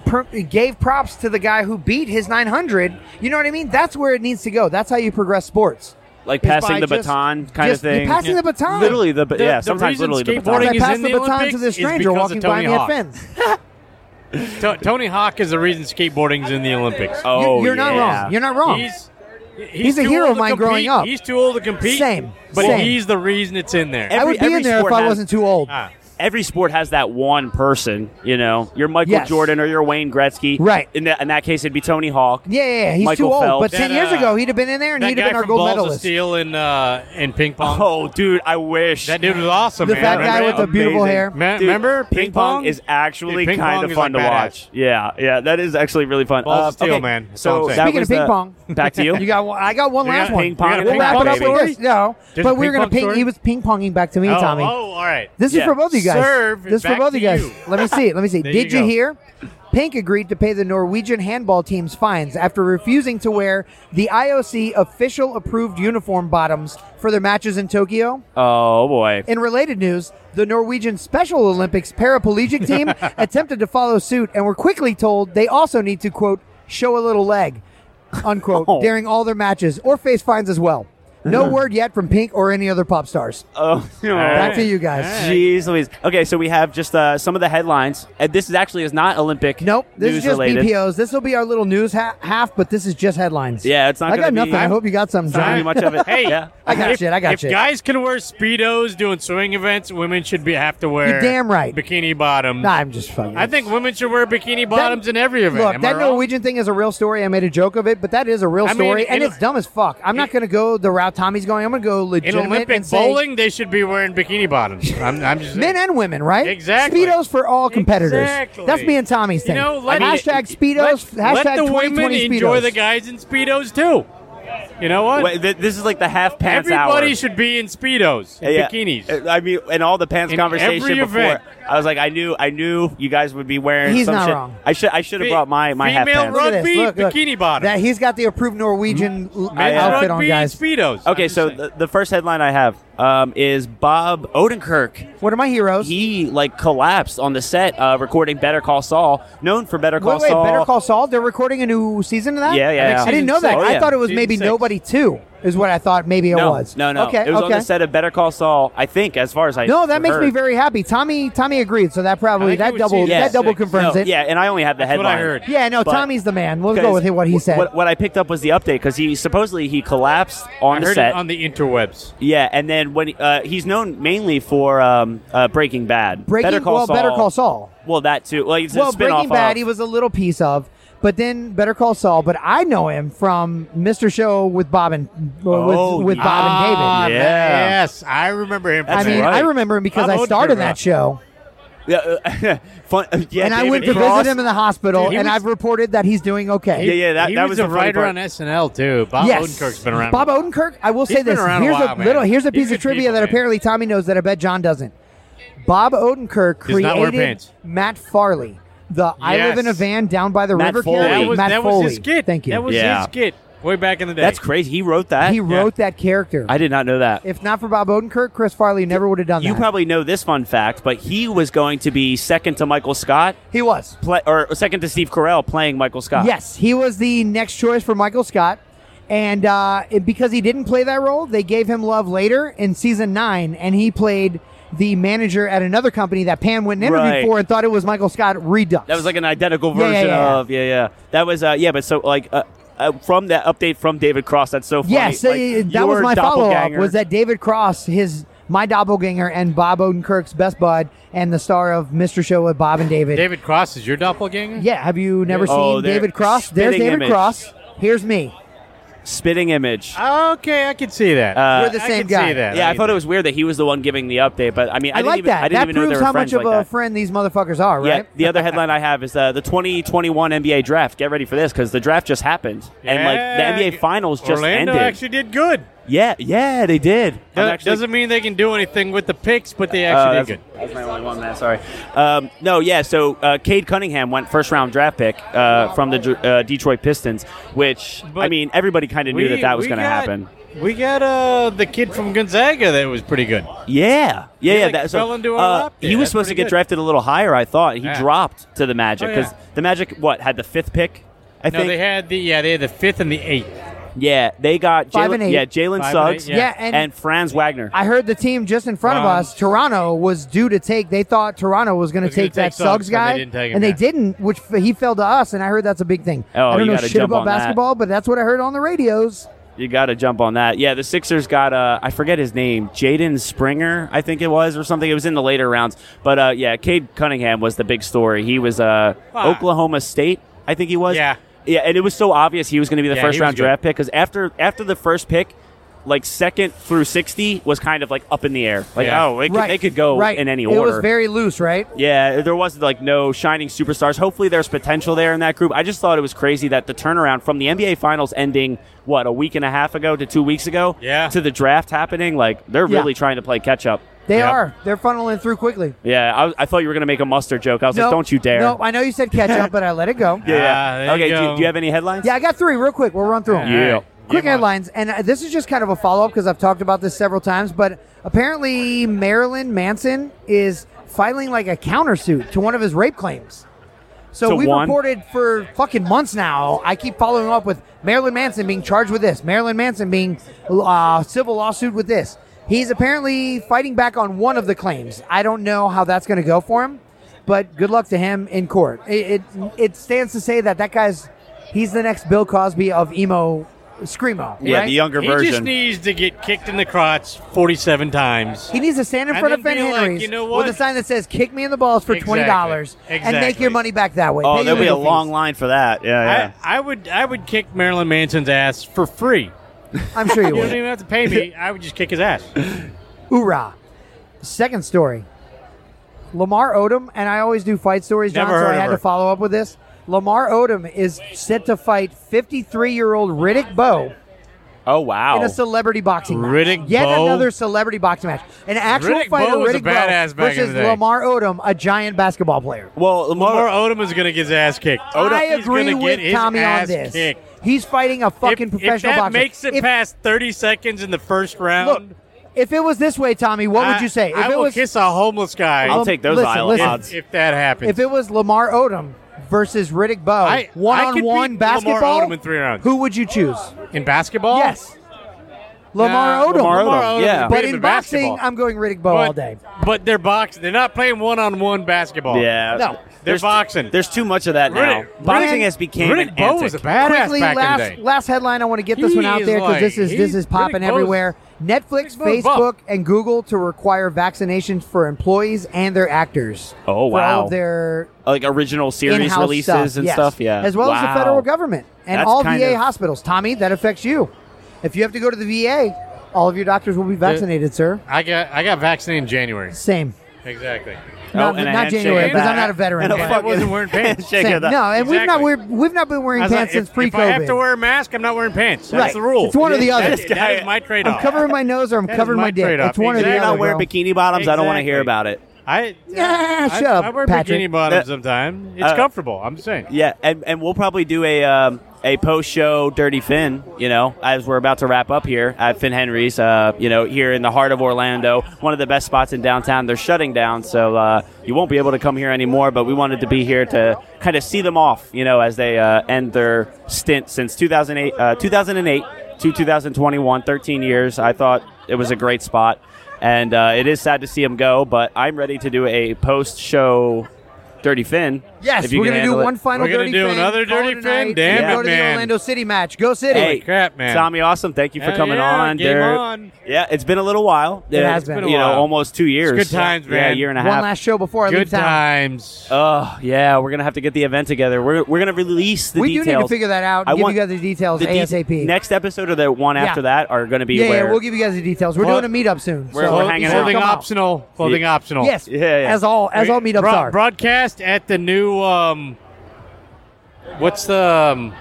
S3: Per, gave props to the guy who beat his 900. You know what I mean? That's where it needs to go. That's how you progress sports.
S2: like
S3: is
S2: passing
S3: by
S2: the
S3: just-
S2: baton kind
S3: just-
S2: of
S3: you're
S2: thing.
S3: passing the baton.
S2: Literally the, ba-
S4: The-
S2: yeah.
S4: the
S2: Sometimes
S4: reason
S2: literally the
S4: skateboarding
S2: baton.
S4: is-
S3: I passed
S4: in
S3: the,
S4: the
S3: baton to
S4: Olympics
S3: this
S4: is
S3: stranger
S4: because of
S3: walking by
S4: Tony
S3: me at
S4: Hawk.
S3: fence.
S4: To- Tony Hawk is the reason skateboarding's in the Olympics.
S2: Oh,
S3: you're not
S2: yeah.
S3: wrong. You're not wrong.
S4: He's, he's,
S3: He's a
S4: too
S3: hero
S4: old
S3: of
S4: to
S3: mine
S4: compete.
S3: growing up.
S4: He's too old to compete.
S3: Same,
S4: But
S3: same.
S4: he's the reason it's in there.
S3: I
S2: every-
S3: would be
S2: every
S3: in there if
S2: sport
S3: I
S2: has-
S3: wasn't too old.
S4: Ah.
S2: every sport has that one person, you know, your Michael
S3: Yes.
S2: Jordan or your Wayne Gretzky.
S3: Right.
S2: In that, in that case, it'd be Tony Hawk.
S3: yeah, yeah, yeah, he's
S2: Michael
S3: too old.
S2: Phelps.
S3: But ten
S4: That,
S3: years
S4: uh,
S3: ago, he'd have been in there, and
S4: that
S3: he'd have
S4: guy
S3: been our
S4: from
S3: gold
S4: Balls of
S3: medalist.
S4: Steel in, uh, in ping pong.
S2: Oh, dude, I wish.
S4: That dude was awesome,
S3: The
S4: man.
S3: fat guy
S4: Remember
S3: with
S4: that?
S3: the beautiful
S2: Amazing.
S3: hair.
S4: Ma-
S2: Dude,
S4: remember
S2: ping, pong, is actually
S4: Dude, ping
S2: kind
S4: pong
S2: of
S4: is
S2: fun
S4: like
S2: to
S4: badass.
S2: watch. Yeah, yeah, that is actually really fun. Uh,
S4: Balls of steel, man. That's all
S2: So
S4: I'm saying.
S2: that
S3: Speaking
S2: was
S3: of ping
S2: the-
S3: pong.
S2: back to you.
S3: [LAUGHS] You got one, I got one
S4: We
S3: last
S4: got
S3: one.
S2: ping pong
S4: and
S3: We'll
S4: a
S3: wrap
S4: ping
S3: it up
S4: pong,
S3: with
S4: baby.
S3: this. No,
S4: There's a
S3: but we were
S4: ping
S3: gonna
S4: pong
S3: ping.
S4: story?
S3: He was ping ponging back to me,
S4: Oh,
S3: Tommy.
S4: Oh, all right.
S3: This
S2: Yeah.
S3: is for both of you guys.
S4: Serve
S3: this is for
S4: back
S3: both
S4: to
S3: of you guys.
S4: you.
S3: Let me see it. Let me see.
S4: [LAUGHS] There
S3: Did
S4: you
S3: you,
S4: go.
S3: hear? Pink agreed to pay the Norwegian handball team's fines after refusing to wear the IOC official approved uniform bottoms for their matches in Tokyo.
S2: Oh boy.
S3: In related news, the Norwegian Special Olympics paraplegic
S4: [LAUGHS]
S3: team attempted to follow suit and were quickly told they also need to, quote, show a little leg, unquote,
S2: Oh.
S3: during all their matches or face fines as well.
S4: [LAUGHS]
S3: No word yet from Pink or any other pop stars.
S2: Oh. no.
S3: [LAUGHS] Back to you guys.
S2: Jeez Louise. Okay, so we have just uh, some of the headlines. And this is actually is not Olympic.
S3: Nope, this
S2: news
S3: is just
S2: related.
S3: BPOs. This will be our little news ha- half, but this is just headlines.
S2: Yeah, it's not
S3: I
S2: gonna
S3: got
S2: be-
S3: nothing. I hope you got something,
S2: It's not gonna be
S3: John.
S2: much of it.
S4: [LAUGHS] Hey,
S2: yeah.
S3: I got
S4: if,
S3: shit. I got
S4: if
S3: shit.
S4: guys can wear speedos doing swimming events, women should be have to wear.
S3: You're damn right.
S4: Bikini bottoms.
S3: nah, I'm just fucking.
S4: I think women should wear bikini bottoms in every event.
S3: Look,
S4: Am
S3: that
S4: I wrong?
S3: Norwegian thing is a real story. I made a joke of it, but that is a real
S4: I mean,
S3: story, and
S4: in-
S3: it's dumb as fuck. I'm not going to go the route Tommy's going. I'm going to go
S4: in
S3: legitimate
S4: Olympic
S3: and say
S4: bowling, they should be wearing
S3: [LAUGHS]
S4: bikini bottoms. I'm, I'm just
S3: men and women, right?
S4: Exactly.
S3: Speedos for all competitors.
S4: Exactly.
S3: That's me and Tommy's
S4: You
S3: thing.
S4: know, let
S3: hashtag
S4: let-
S3: Speedos.
S4: Let,
S3: hashtag
S4: the
S3: 2020
S4: women
S3: Speedos.
S4: enjoy the guys in speedos too. You know what?
S2: Wait, th- this is like the half pants
S4: Everybody
S2: hour.
S4: should be in speedos, and
S2: Yeah. Uh,
S4: bikinis.
S2: I mean, and all the pants
S4: In
S2: conversation
S4: every
S2: before.
S4: event.
S2: I was like, I knew, I knew you guys would be wearing.
S3: He's
S2: some
S3: not
S2: shit.
S3: wrong.
S2: I should, I should have
S4: Fe-
S2: brought my my half
S4: female
S2: pants.
S3: Look at this.
S4: Rugby,
S3: Look, look.
S4: bikini bottom.
S3: That he's got the approved Norwegian l-
S4: Men's
S3: outfit
S4: rugby
S3: on,
S4: in
S3: guys.
S4: speedos. I'm
S2: Okay,
S4: just
S2: so uh,
S4: saying.
S2: the, the first headline I have um, is Bob Odenkirk.
S3: What are my heroes?
S2: He like collapsed on the set uh, recording Better Call Saul, known for Better Call
S3: Wait, wait,
S2: Saul.
S3: Better Call Saul. They're recording a new season of that.
S2: Yeah, yeah,
S3: I
S2: yeah.
S3: didn't know that.
S2: Oh, yeah.
S3: I thought it was
S4: Season
S3: maybe
S4: six.
S3: Nobody Two. is what I thought maybe it
S2: no,
S3: was.
S2: no, no.
S3: Okay,
S2: it was
S3: okay.
S2: on the set of Better Call Saul. I think, as far as I
S3: No, that makes me
S2: heard.
S3: very happy. Tommy, Tommy agreed, so that probably
S4: think it
S3: that
S4: was
S3: double
S4: season
S3: that
S4: six.
S3: double confirms
S2: No,
S3: it.
S2: Yeah, and I only have the
S4: what
S2: headline.
S4: I heard.
S3: Yeah, no,
S2: But-
S3: Tommy's the man. We'll go
S2: Because
S3: with what he said.
S2: What, what I picked up was the update because he supposedly he collapsed
S4: I
S2: on the
S4: heard
S2: set.
S4: it on the interwebs.
S2: yeah, and then when he- uh, he's known mainly for um, uh, Breaking Bad,
S3: Breaking
S2: Better Call
S3: well,
S2: Saul.
S3: Better Call Saul.
S2: Well, that too. Like it's
S3: well,
S2: a spin-off
S3: Breaking Bad,
S2: of-
S3: he was a little piece of, but then Better Call Saul. But I know him from Mr. Show with Bob and uh,
S2: Oh,
S3: with, with Bob
S4: Ah,
S3: and David.
S2: Yeah.
S4: Yes, I remember him.
S3: I
S2: that's
S3: mean,
S2: right.
S3: I remember him because
S4: I'm
S3: I
S4: old
S3: started
S4: for
S3: that
S4: that.
S3: show,
S2: Yeah, uh, [LAUGHS] fun, yeah,
S3: and I
S2: David
S3: went to
S2: Cross.
S3: visit him in the hospital,
S4: Dude, he
S3: and
S4: was-
S3: I've reported that he's doing okay.
S2: Yeah, yeah, that,
S4: he
S2: that
S4: was,
S2: the
S4: a
S2: funny
S4: writer
S2: part.
S4: on SNL too. Bob
S3: yes.
S4: Odenkirk has been around.
S3: Bob Odenkirk, I will
S4: He's
S3: say
S4: been
S3: this.
S4: around a
S3: Here's
S4: while, man.
S3: little here's a
S4: He's
S3: piece of
S4: good
S3: trivia
S4: people,
S3: that
S4: man.
S3: apparently Tommy knows that I bet John doesn't. Bob Odenkirk
S4: Does not wear
S3: created
S4: pants.
S3: Matt Farley, the I live in a
S4: Yes.
S3: van down by the
S2: Matt
S3: river
S2: Foley.
S3: carry.
S4: That was,
S3: Matt
S4: that
S3: Foley.
S4: was his skit.
S3: Thank you.
S4: That was
S2: Yeah.
S4: his skit way back in the day.
S2: That's crazy. He wrote that.
S3: he wrote that character.
S2: I did not know that.
S3: if not for Bob Odenkirk, Chris Farley never would have done
S2: you
S3: that.
S2: probably know this fun fact, but he was going to be second to Michael Scott,
S3: he was.
S2: play, or second to Steve Carell playing Michael Scott.
S3: Yes, he was the next choice for Michael Scott. And uh, it- because he didn't play that role, they gave him love later in season nine, and he played the manager at another company that Pan went and interviewed
S2: Right.
S3: for and thought it was Michael Scott Redux.
S2: That was like an identical
S3: Yeah, yeah,
S2: version
S3: yeah.
S2: of yeah, yeah. That was uh, yeah, but so like uh, uh, from that update from David Cross, that's so funny.
S3: yes,
S2: Like,
S3: uh, that was
S2: your
S3: my follow up.
S2: doppelganger-
S3: Was that David Cross, his my doppelganger, and Bob Odenkirk's best bud, and the star of Mr. Show with Bob and David.
S4: David Cross is your doppelganger.
S3: Yeah, have you never
S2: Oh,
S3: seen
S2: there-
S3: David Cross? There's
S2: spitting
S3: David
S2: image.
S3: Cross. Here's me.
S2: spitting image?
S4: Okay, I can see that.
S2: Uh,
S3: We're the
S4: I
S3: same
S4: can
S3: guy.
S4: See that.
S2: yeah, I
S4: can
S2: thought it
S4: see
S2: was weird that he was the one giving the update, but I mean, I,
S3: I,
S2: didn't
S3: like
S2: even,
S3: that.
S2: I didn't
S3: that
S2: even know
S3: proves
S2: they were
S3: how
S2: friends
S3: much of
S2: like
S3: a
S2: that.
S3: friend these motherfuckers are, right?
S2: Yeah. The other headline I have is uh, the 2021 NBA draft. Get ready for this because the draft just happened, and like the
S4: Yeah,
S2: NBA finals just
S4: Orlando
S2: ended.
S4: actually did good.
S2: yeah, yeah, they did. I'm
S4: That
S2: actually-
S4: doesn't mean they can do anything with the picks, but they
S2: Oh,
S4: actually
S2: that's,
S4: did good.
S2: that's my only one, man. Sorry. Um, no, yeah. So uh, Cade Cunningham went first round draft pick uh, from the Dr- uh, Detroit Pistons, which I
S4: But
S2: mean, everybody kind of knew that that was
S4: we
S2: going to
S4: got-
S2: happen.
S4: We got uh, the kid from Gonzaga that was pretty good.
S2: Yeah, yeah,
S4: He,
S2: yeah.
S4: like,
S2: that, so,
S4: fell into our
S2: uh,
S4: lap there.
S2: He was
S4: That's
S2: supposed to
S4: pretty
S2: get
S4: good.
S2: drafted a little higher, I thought. He
S4: Yeah.
S2: dropped to the Magic
S4: Oh,
S2: because
S4: yeah.
S2: the Magic what had the fifth pick. I
S4: No,
S2: think
S4: they had the yeah, they had the fifth and the eighth.
S2: yeah they got
S3: Five
S2: Jalen
S3: and eight.
S2: yeah Jalen
S4: Five and eight,
S2: Suggs
S4: yeah.
S3: Yeah, and-
S2: Franz Wagner.
S3: I heard the team just in front of
S4: Um,
S3: us, Toronto, was due to take. They thought Toronto was going to
S4: Was gonna
S3: take that
S4: take
S3: Suggs
S4: Suggs, but they
S3: guy,
S4: didn't take him,
S3: and they
S4: yeah.
S3: didn't, which f- he fell to us. And I heard that's a big thing.
S2: Oh,
S3: I don't
S2: you
S3: know
S2: gotta
S3: shit
S2: jump
S3: about
S2: on that.
S3: basketball, but that's what I heard on the radios.
S2: You got to jump on that. Yeah, the Sixers got uh, I forget his name, Jaden Springer, I think it was, or something. It was in the later rounds, but uh, yeah, Cade Cunningham was the big story. He was uh,
S4: Wow.
S2: Oklahoma State, I think he was.
S4: Yeah.
S2: yeah, and it was so obvious he was going to be the
S4: Yeah,
S2: first
S4: he was
S2: round
S4: good.
S2: draft pick because after after the first pick. Like second through sixty was kind of like up in the air. Like
S4: Yeah.
S2: oh, it could,
S3: right,
S2: they could go
S3: right.
S2: in any
S3: it
S2: order.
S3: It was very loose, right?
S2: Yeah, there was like no shining superstars. Hopefully, there's potential there in that group. I just thought it was crazy that the turnaround from the NBA Finals ending what a week and a half ago to two weeks ago,
S4: Yeah.
S2: to the draft happening. Like they're
S3: Yeah.
S2: really trying to play catch up.
S3: They
S4: Yep.
S3: are. They're funneling through quickly.
S2: Yeah, I, I thought you were gonna make a mustard joke. I was
S3: No,
S2: like, don't you dare.
S3: No, I know you said catch
S2: [LAUGHS]
S3: up, but I let it go.
S2: Yeah.
S4: Ah, there you
S2: okay. Do,
S4: go.
S2: do you have any headlines?
S3: Yeah, I got three real quick. We'll run through them.
S2: Yeah.
S4: All right.
S3: Quick
S4: Give 'em
S3: headlines, and uh, this is just kind of a follow up because I've talked about this several times. But apparently, Marilyn Manson is filing like a countersuit to one of his rape claims. So
S2: To
S3: we've
S2: one?
S3: reported for fucking months now. I keep following up with Marilyn Manson being charged with this, Marilyn Manson being uh, civil lawsuit with this. He's apparently fighting back on one of the claims. I don't know how that's going to go for him, but good luck to him in court. It, it it stands to say that that guy's he's the next Bill Cosby of emo screamo.
S2: Yeah,
S3: right?
S2: the younger
S4: He just
S2: version.
S4: needs to get kicked in the crotch forty-seven times.
S3: He needs to stand in
S4: And
S3: front
S4: then
S3: of Ben
S4: be like,
S3: Henry's
S4: "You know
S3: with
S4: what?"
S3: a sign that says "Kick me in the balls for
S4: Exactly.
S3: twenty dollars and make
S4: Exactly.
S3: your money back that way."
S2: oh,
S3: Pay
S2: there'll be a
S3: legal fees."
S2: long line for that. Yeah,
S4: I, I would I would kick Marilyn Manson's ass for free.
S3: I'm sure
S4: [LAUGHS]
S3: you
S4: You don't
S3: would.
S4: even have to
S2: [LAUGHS]
S4: pay me. I would just kick his ass.
S3: Hoorah! Second story. Lamar Odom and I always do fight stories, John.
S4: Never
S3: so
S4: heard
S3: I
S4: of
S3: had to
S4: her.
S3: follow up with this. Lamar Odom is set to fight 53-year-old Riddick Bowe
S2: yeah. Oh wow.
S3: in a celebrity boxing match.
S4: Riddick
S3: Yet
S4: Bowe?
S3: another celebrity boxing match. An actual
S4: Riddick
S3: fighter,
S4: Bowe was a
S3: Riddick Bowe,
S4: badass back in
S3: versus
S4: the day.
S3: Lamar Odom, a giant basketball player.
S2: well,
S4: Lamar
S2: Lamar.
S4: Odom is going to get his ass kicked.
S3: I
S4: He's gonna
S3: agree
S4: get
S3: with
S4: his
S3: Tommy on
S4: ass
S3: this.
S4: kicked.
S3: He's fighting a fucking
S4: if,
S3: professional
S4: if that
S3: boxer.
S4: makes it
S3: if,
S4: past 30 seconds in the first round,
S3: look, if it was this way, Tommy, what
S4: I-
S3: would you say? If
S4: I
S3: it
S4: will
S3: was
S4: kiss a homeless guy
S2: I'll take those
S3: listen,
S2: aisle
S3: listen.
S2: odds.
S4: if, if that happens.
S3: if it was Lamar Odom versus Riddick Bowe,
S4: I- I could
S3: one on one
S4: beat Lamar
S3: basketball,
S4: Odom in three rounds.
S3: who would you choose?
S4: in basketball,
S3: Yes. Lamar
S4: Nah,
S3: Odom.
S2: Oh. Lamar Odom, yeah.
S3: But
S4: beat him
S3: in boxing,
S4: basketball.
S3: I'm going Riddick Bowe
S4: but,
S3: all day.
S4: But they're boxing. They're not playing one on one basketball.
S2: Yeah.
S3: No.
S4: They're boxing.
S2: There's too much of that now.
S4: Riddick-
S2: Boxing
S4: Riddick-
S2: has became
S4: Riddick
S2: an
S4: Bowe was a
S2: antic.
S4: badass
S3: Quickly,
S4: back in the
S3: last
S4: day.
S3: last headline. I want to get this
S4: He
S3: one out
S4: is
S3: there because
S4: like-
S3: this is this
S4: he-
S3: is popping
S4: Riddick Bowe's-
S3: everywhere. Netflix,
S4: Riddick Bowe's
S3: Facebook,
S4: buff.
S3: and Google to require vaccinations for employees and their actors.
S2: Oh,
S3: For all
S2: wow.
S3: of their
S2: Like original series
S3: in-house
S2: releases
S3: stuff,
S2: and
S3: yes.
S2: stuff. Yeah.
S3: as well as the
S2: Wow.
S3: federal government and
S2: That's
S3: all
S2: kind
S3: VA
S2: of-
S3: hospitals. Tommy, that affects you. If you have to go to the VA, all of your doctors will be vaccinated, sir.
S4: I got I got vaccinated in January.
S3: same.
S4: Exactly.
S2: Oh,
S3: Not,
S2: and a
S3: not
S2: handshake
S3: January
S2: of
S3: because
S2: that.
S3: I'm not a veteran.
S2: And a
S3: but-
S4: I wasn't
S2: [LAUGHS]
S4: wearing pants.
S2: Handshake
S3: same.
S2: of that.
S3: No, and we've not
S4: Exactly.
S3: we're, we've not been wearing
S4: I was
S3: pants
S4: like,
S3: since
S4: if,
S3: pre-COVID.
S4: if I have to wear a mask, I'm not wearing pants. That's
S3: Right.
S4: the rule.
S3: It's one or the other.
S4: That is, that is my trade-off.
S3: I'm covering my nose or I'm
S4: That is
S3: covering
S4: my
S3: my dick.
S4: trade-off.
S3: It's one or
S4: Exactly.
S3: the
S2: You're
S3: other.
S2: not wearing
S3: bro.
S2: bikini bottoms. I don't want to hear
S4: Exactly.
S2: about it.
S4: I,
S3: Yeah,
S4: I,
S3: shut up,
S4: I wear
S3: Patrick.
S4: bikini bottoms
S2: Uh,
S4: sometimes. It's
S2: uh,
S4: comfortable. I'm saying.
S2: Yeah, and, and we'll probably do a um, a post show Dirty Finn, you know, as we're about to wrap up here at Finn Henry's, uh, you know, here in the heart of Orlando, one of the best spots in downtown. They're shutting down, so uh, you won't be able to come here anymore. But we wanted to be here to kind of see them off, you know, as they uh, end their stint since 2008, uh, 2008 to 2021, 13 years. I thought it was a great spot, and uh, it is sad to see them go. But I'm ready to do a post show. Dirty Finn.
S3: Yes,
S2: if you
S3: we're
S2: can
S3: gonna do
S2: handle it.
S3: one final.
S4: We're gonna
S3: dirty
S4: do
S3: fin,
S4: another
S3: call it
S4: dirty
S3: a
S4: fin?
S3: night,
S4: Damn
S3: and
S4: it,
S3: go to the
S4: man.
S3: Orlando City match. Go City.
S2: Hey,
S4: crap, man.
S2: Tommy, awesome. Thank you for
S4: Hell
S2: coming
S4: yeah,
S2: on.
S4: game
S2: dude.
S4: on.
S2: Yeah, it's been a little while.
S3: It has been.
S2: you
S3: It's
S4: been a
S2: know,
S4: while.
S2: almost two years.
S4: good times,
S2: Yeah, a
S4: man.
S2: year and a
S3: one
S2: half.
S3: last show before I
S4: Good
S3: leave town.
S4: times.
S2: Oh yeah, we're gonna have to get the event together. We're, we're gonna release the
S3: we
S2: details.
S3: do need to figure that out. And
S2: I
S3: give
S2: want
S3: you guys the details
S2: the de-
S3: ASAP.
S2: next episode or the one
S3: Yeah.
S2: after that are gonna be
S3: yeah, yeah,
S2: where
S3: we'll give you guys the details. We're
S4: Well,
S3: doing a meetup soon.
S2: we're-
S3: so
S2: we're hanging out.
S4: Clothing
S3: come out.
S4: optional. Clothing optional.
S3: Yes,
S2: Yeah, yeah.
S3: as all as all meetups
S4: Broad-
S3: are.
S4: Broadcast at the new um, what's the um,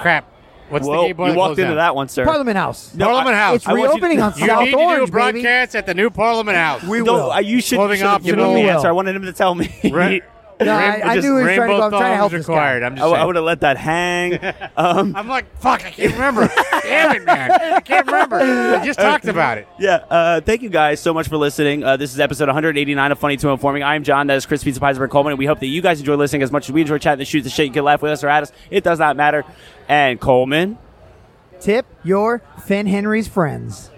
S4: crap? What's
S2: Whoa,
S4: the gay bar
S2: you
S4: that
S2: walked
S4: closed
S2: into
S4: down?
S2: that one, sir.
S3: Parliament House.
S2: No,
S4: Parliament
S2: I-
S4: House.
S3: It's
S2: I want you to-
S3: reopening on
S4: You
S3: South
S4: need to do a
S3: Orange, baby.
S4: broadcast at the new Parliament House.
S3: We
S2: Don't-
S3: will.
S2: uh, you should,
S4: Clothing
S2: should have given
S4: optional.
S2: me
S3: We
S2: the
S3: will.
S2: answer. I wanted him to tell me.
S4: Right.
S3: No, I- I
S4: just
S3: knew he was trying to
S4: rainbow
S3: go. I'm trying to help this
S4: thumbs
S3: guy.
S4: required.
S2: [LAUGHS]
S4: I'm
S2: I,
S4: just saying.
S2: would have let that hang.
S4: [LAUGHS]
S2: um,
S4: I'm like, fuck, I can't remember.
S2: [LAUGHS]
S4: Damn it, man. I can't remember. I just talked about it.
S2: Yeah. Uh, thank you guys so much for listening. Uh, this is episode 189 of Funny to Informing. I am John. That is Chris Pizza Piesberg Coleman. And we hope that you guys enjoy listening as much as we enjoy chatting the shoot the shit. You can laugh with us or at us. It does not matter. And Coleman.
S3: Tip your Finn Henry's friends.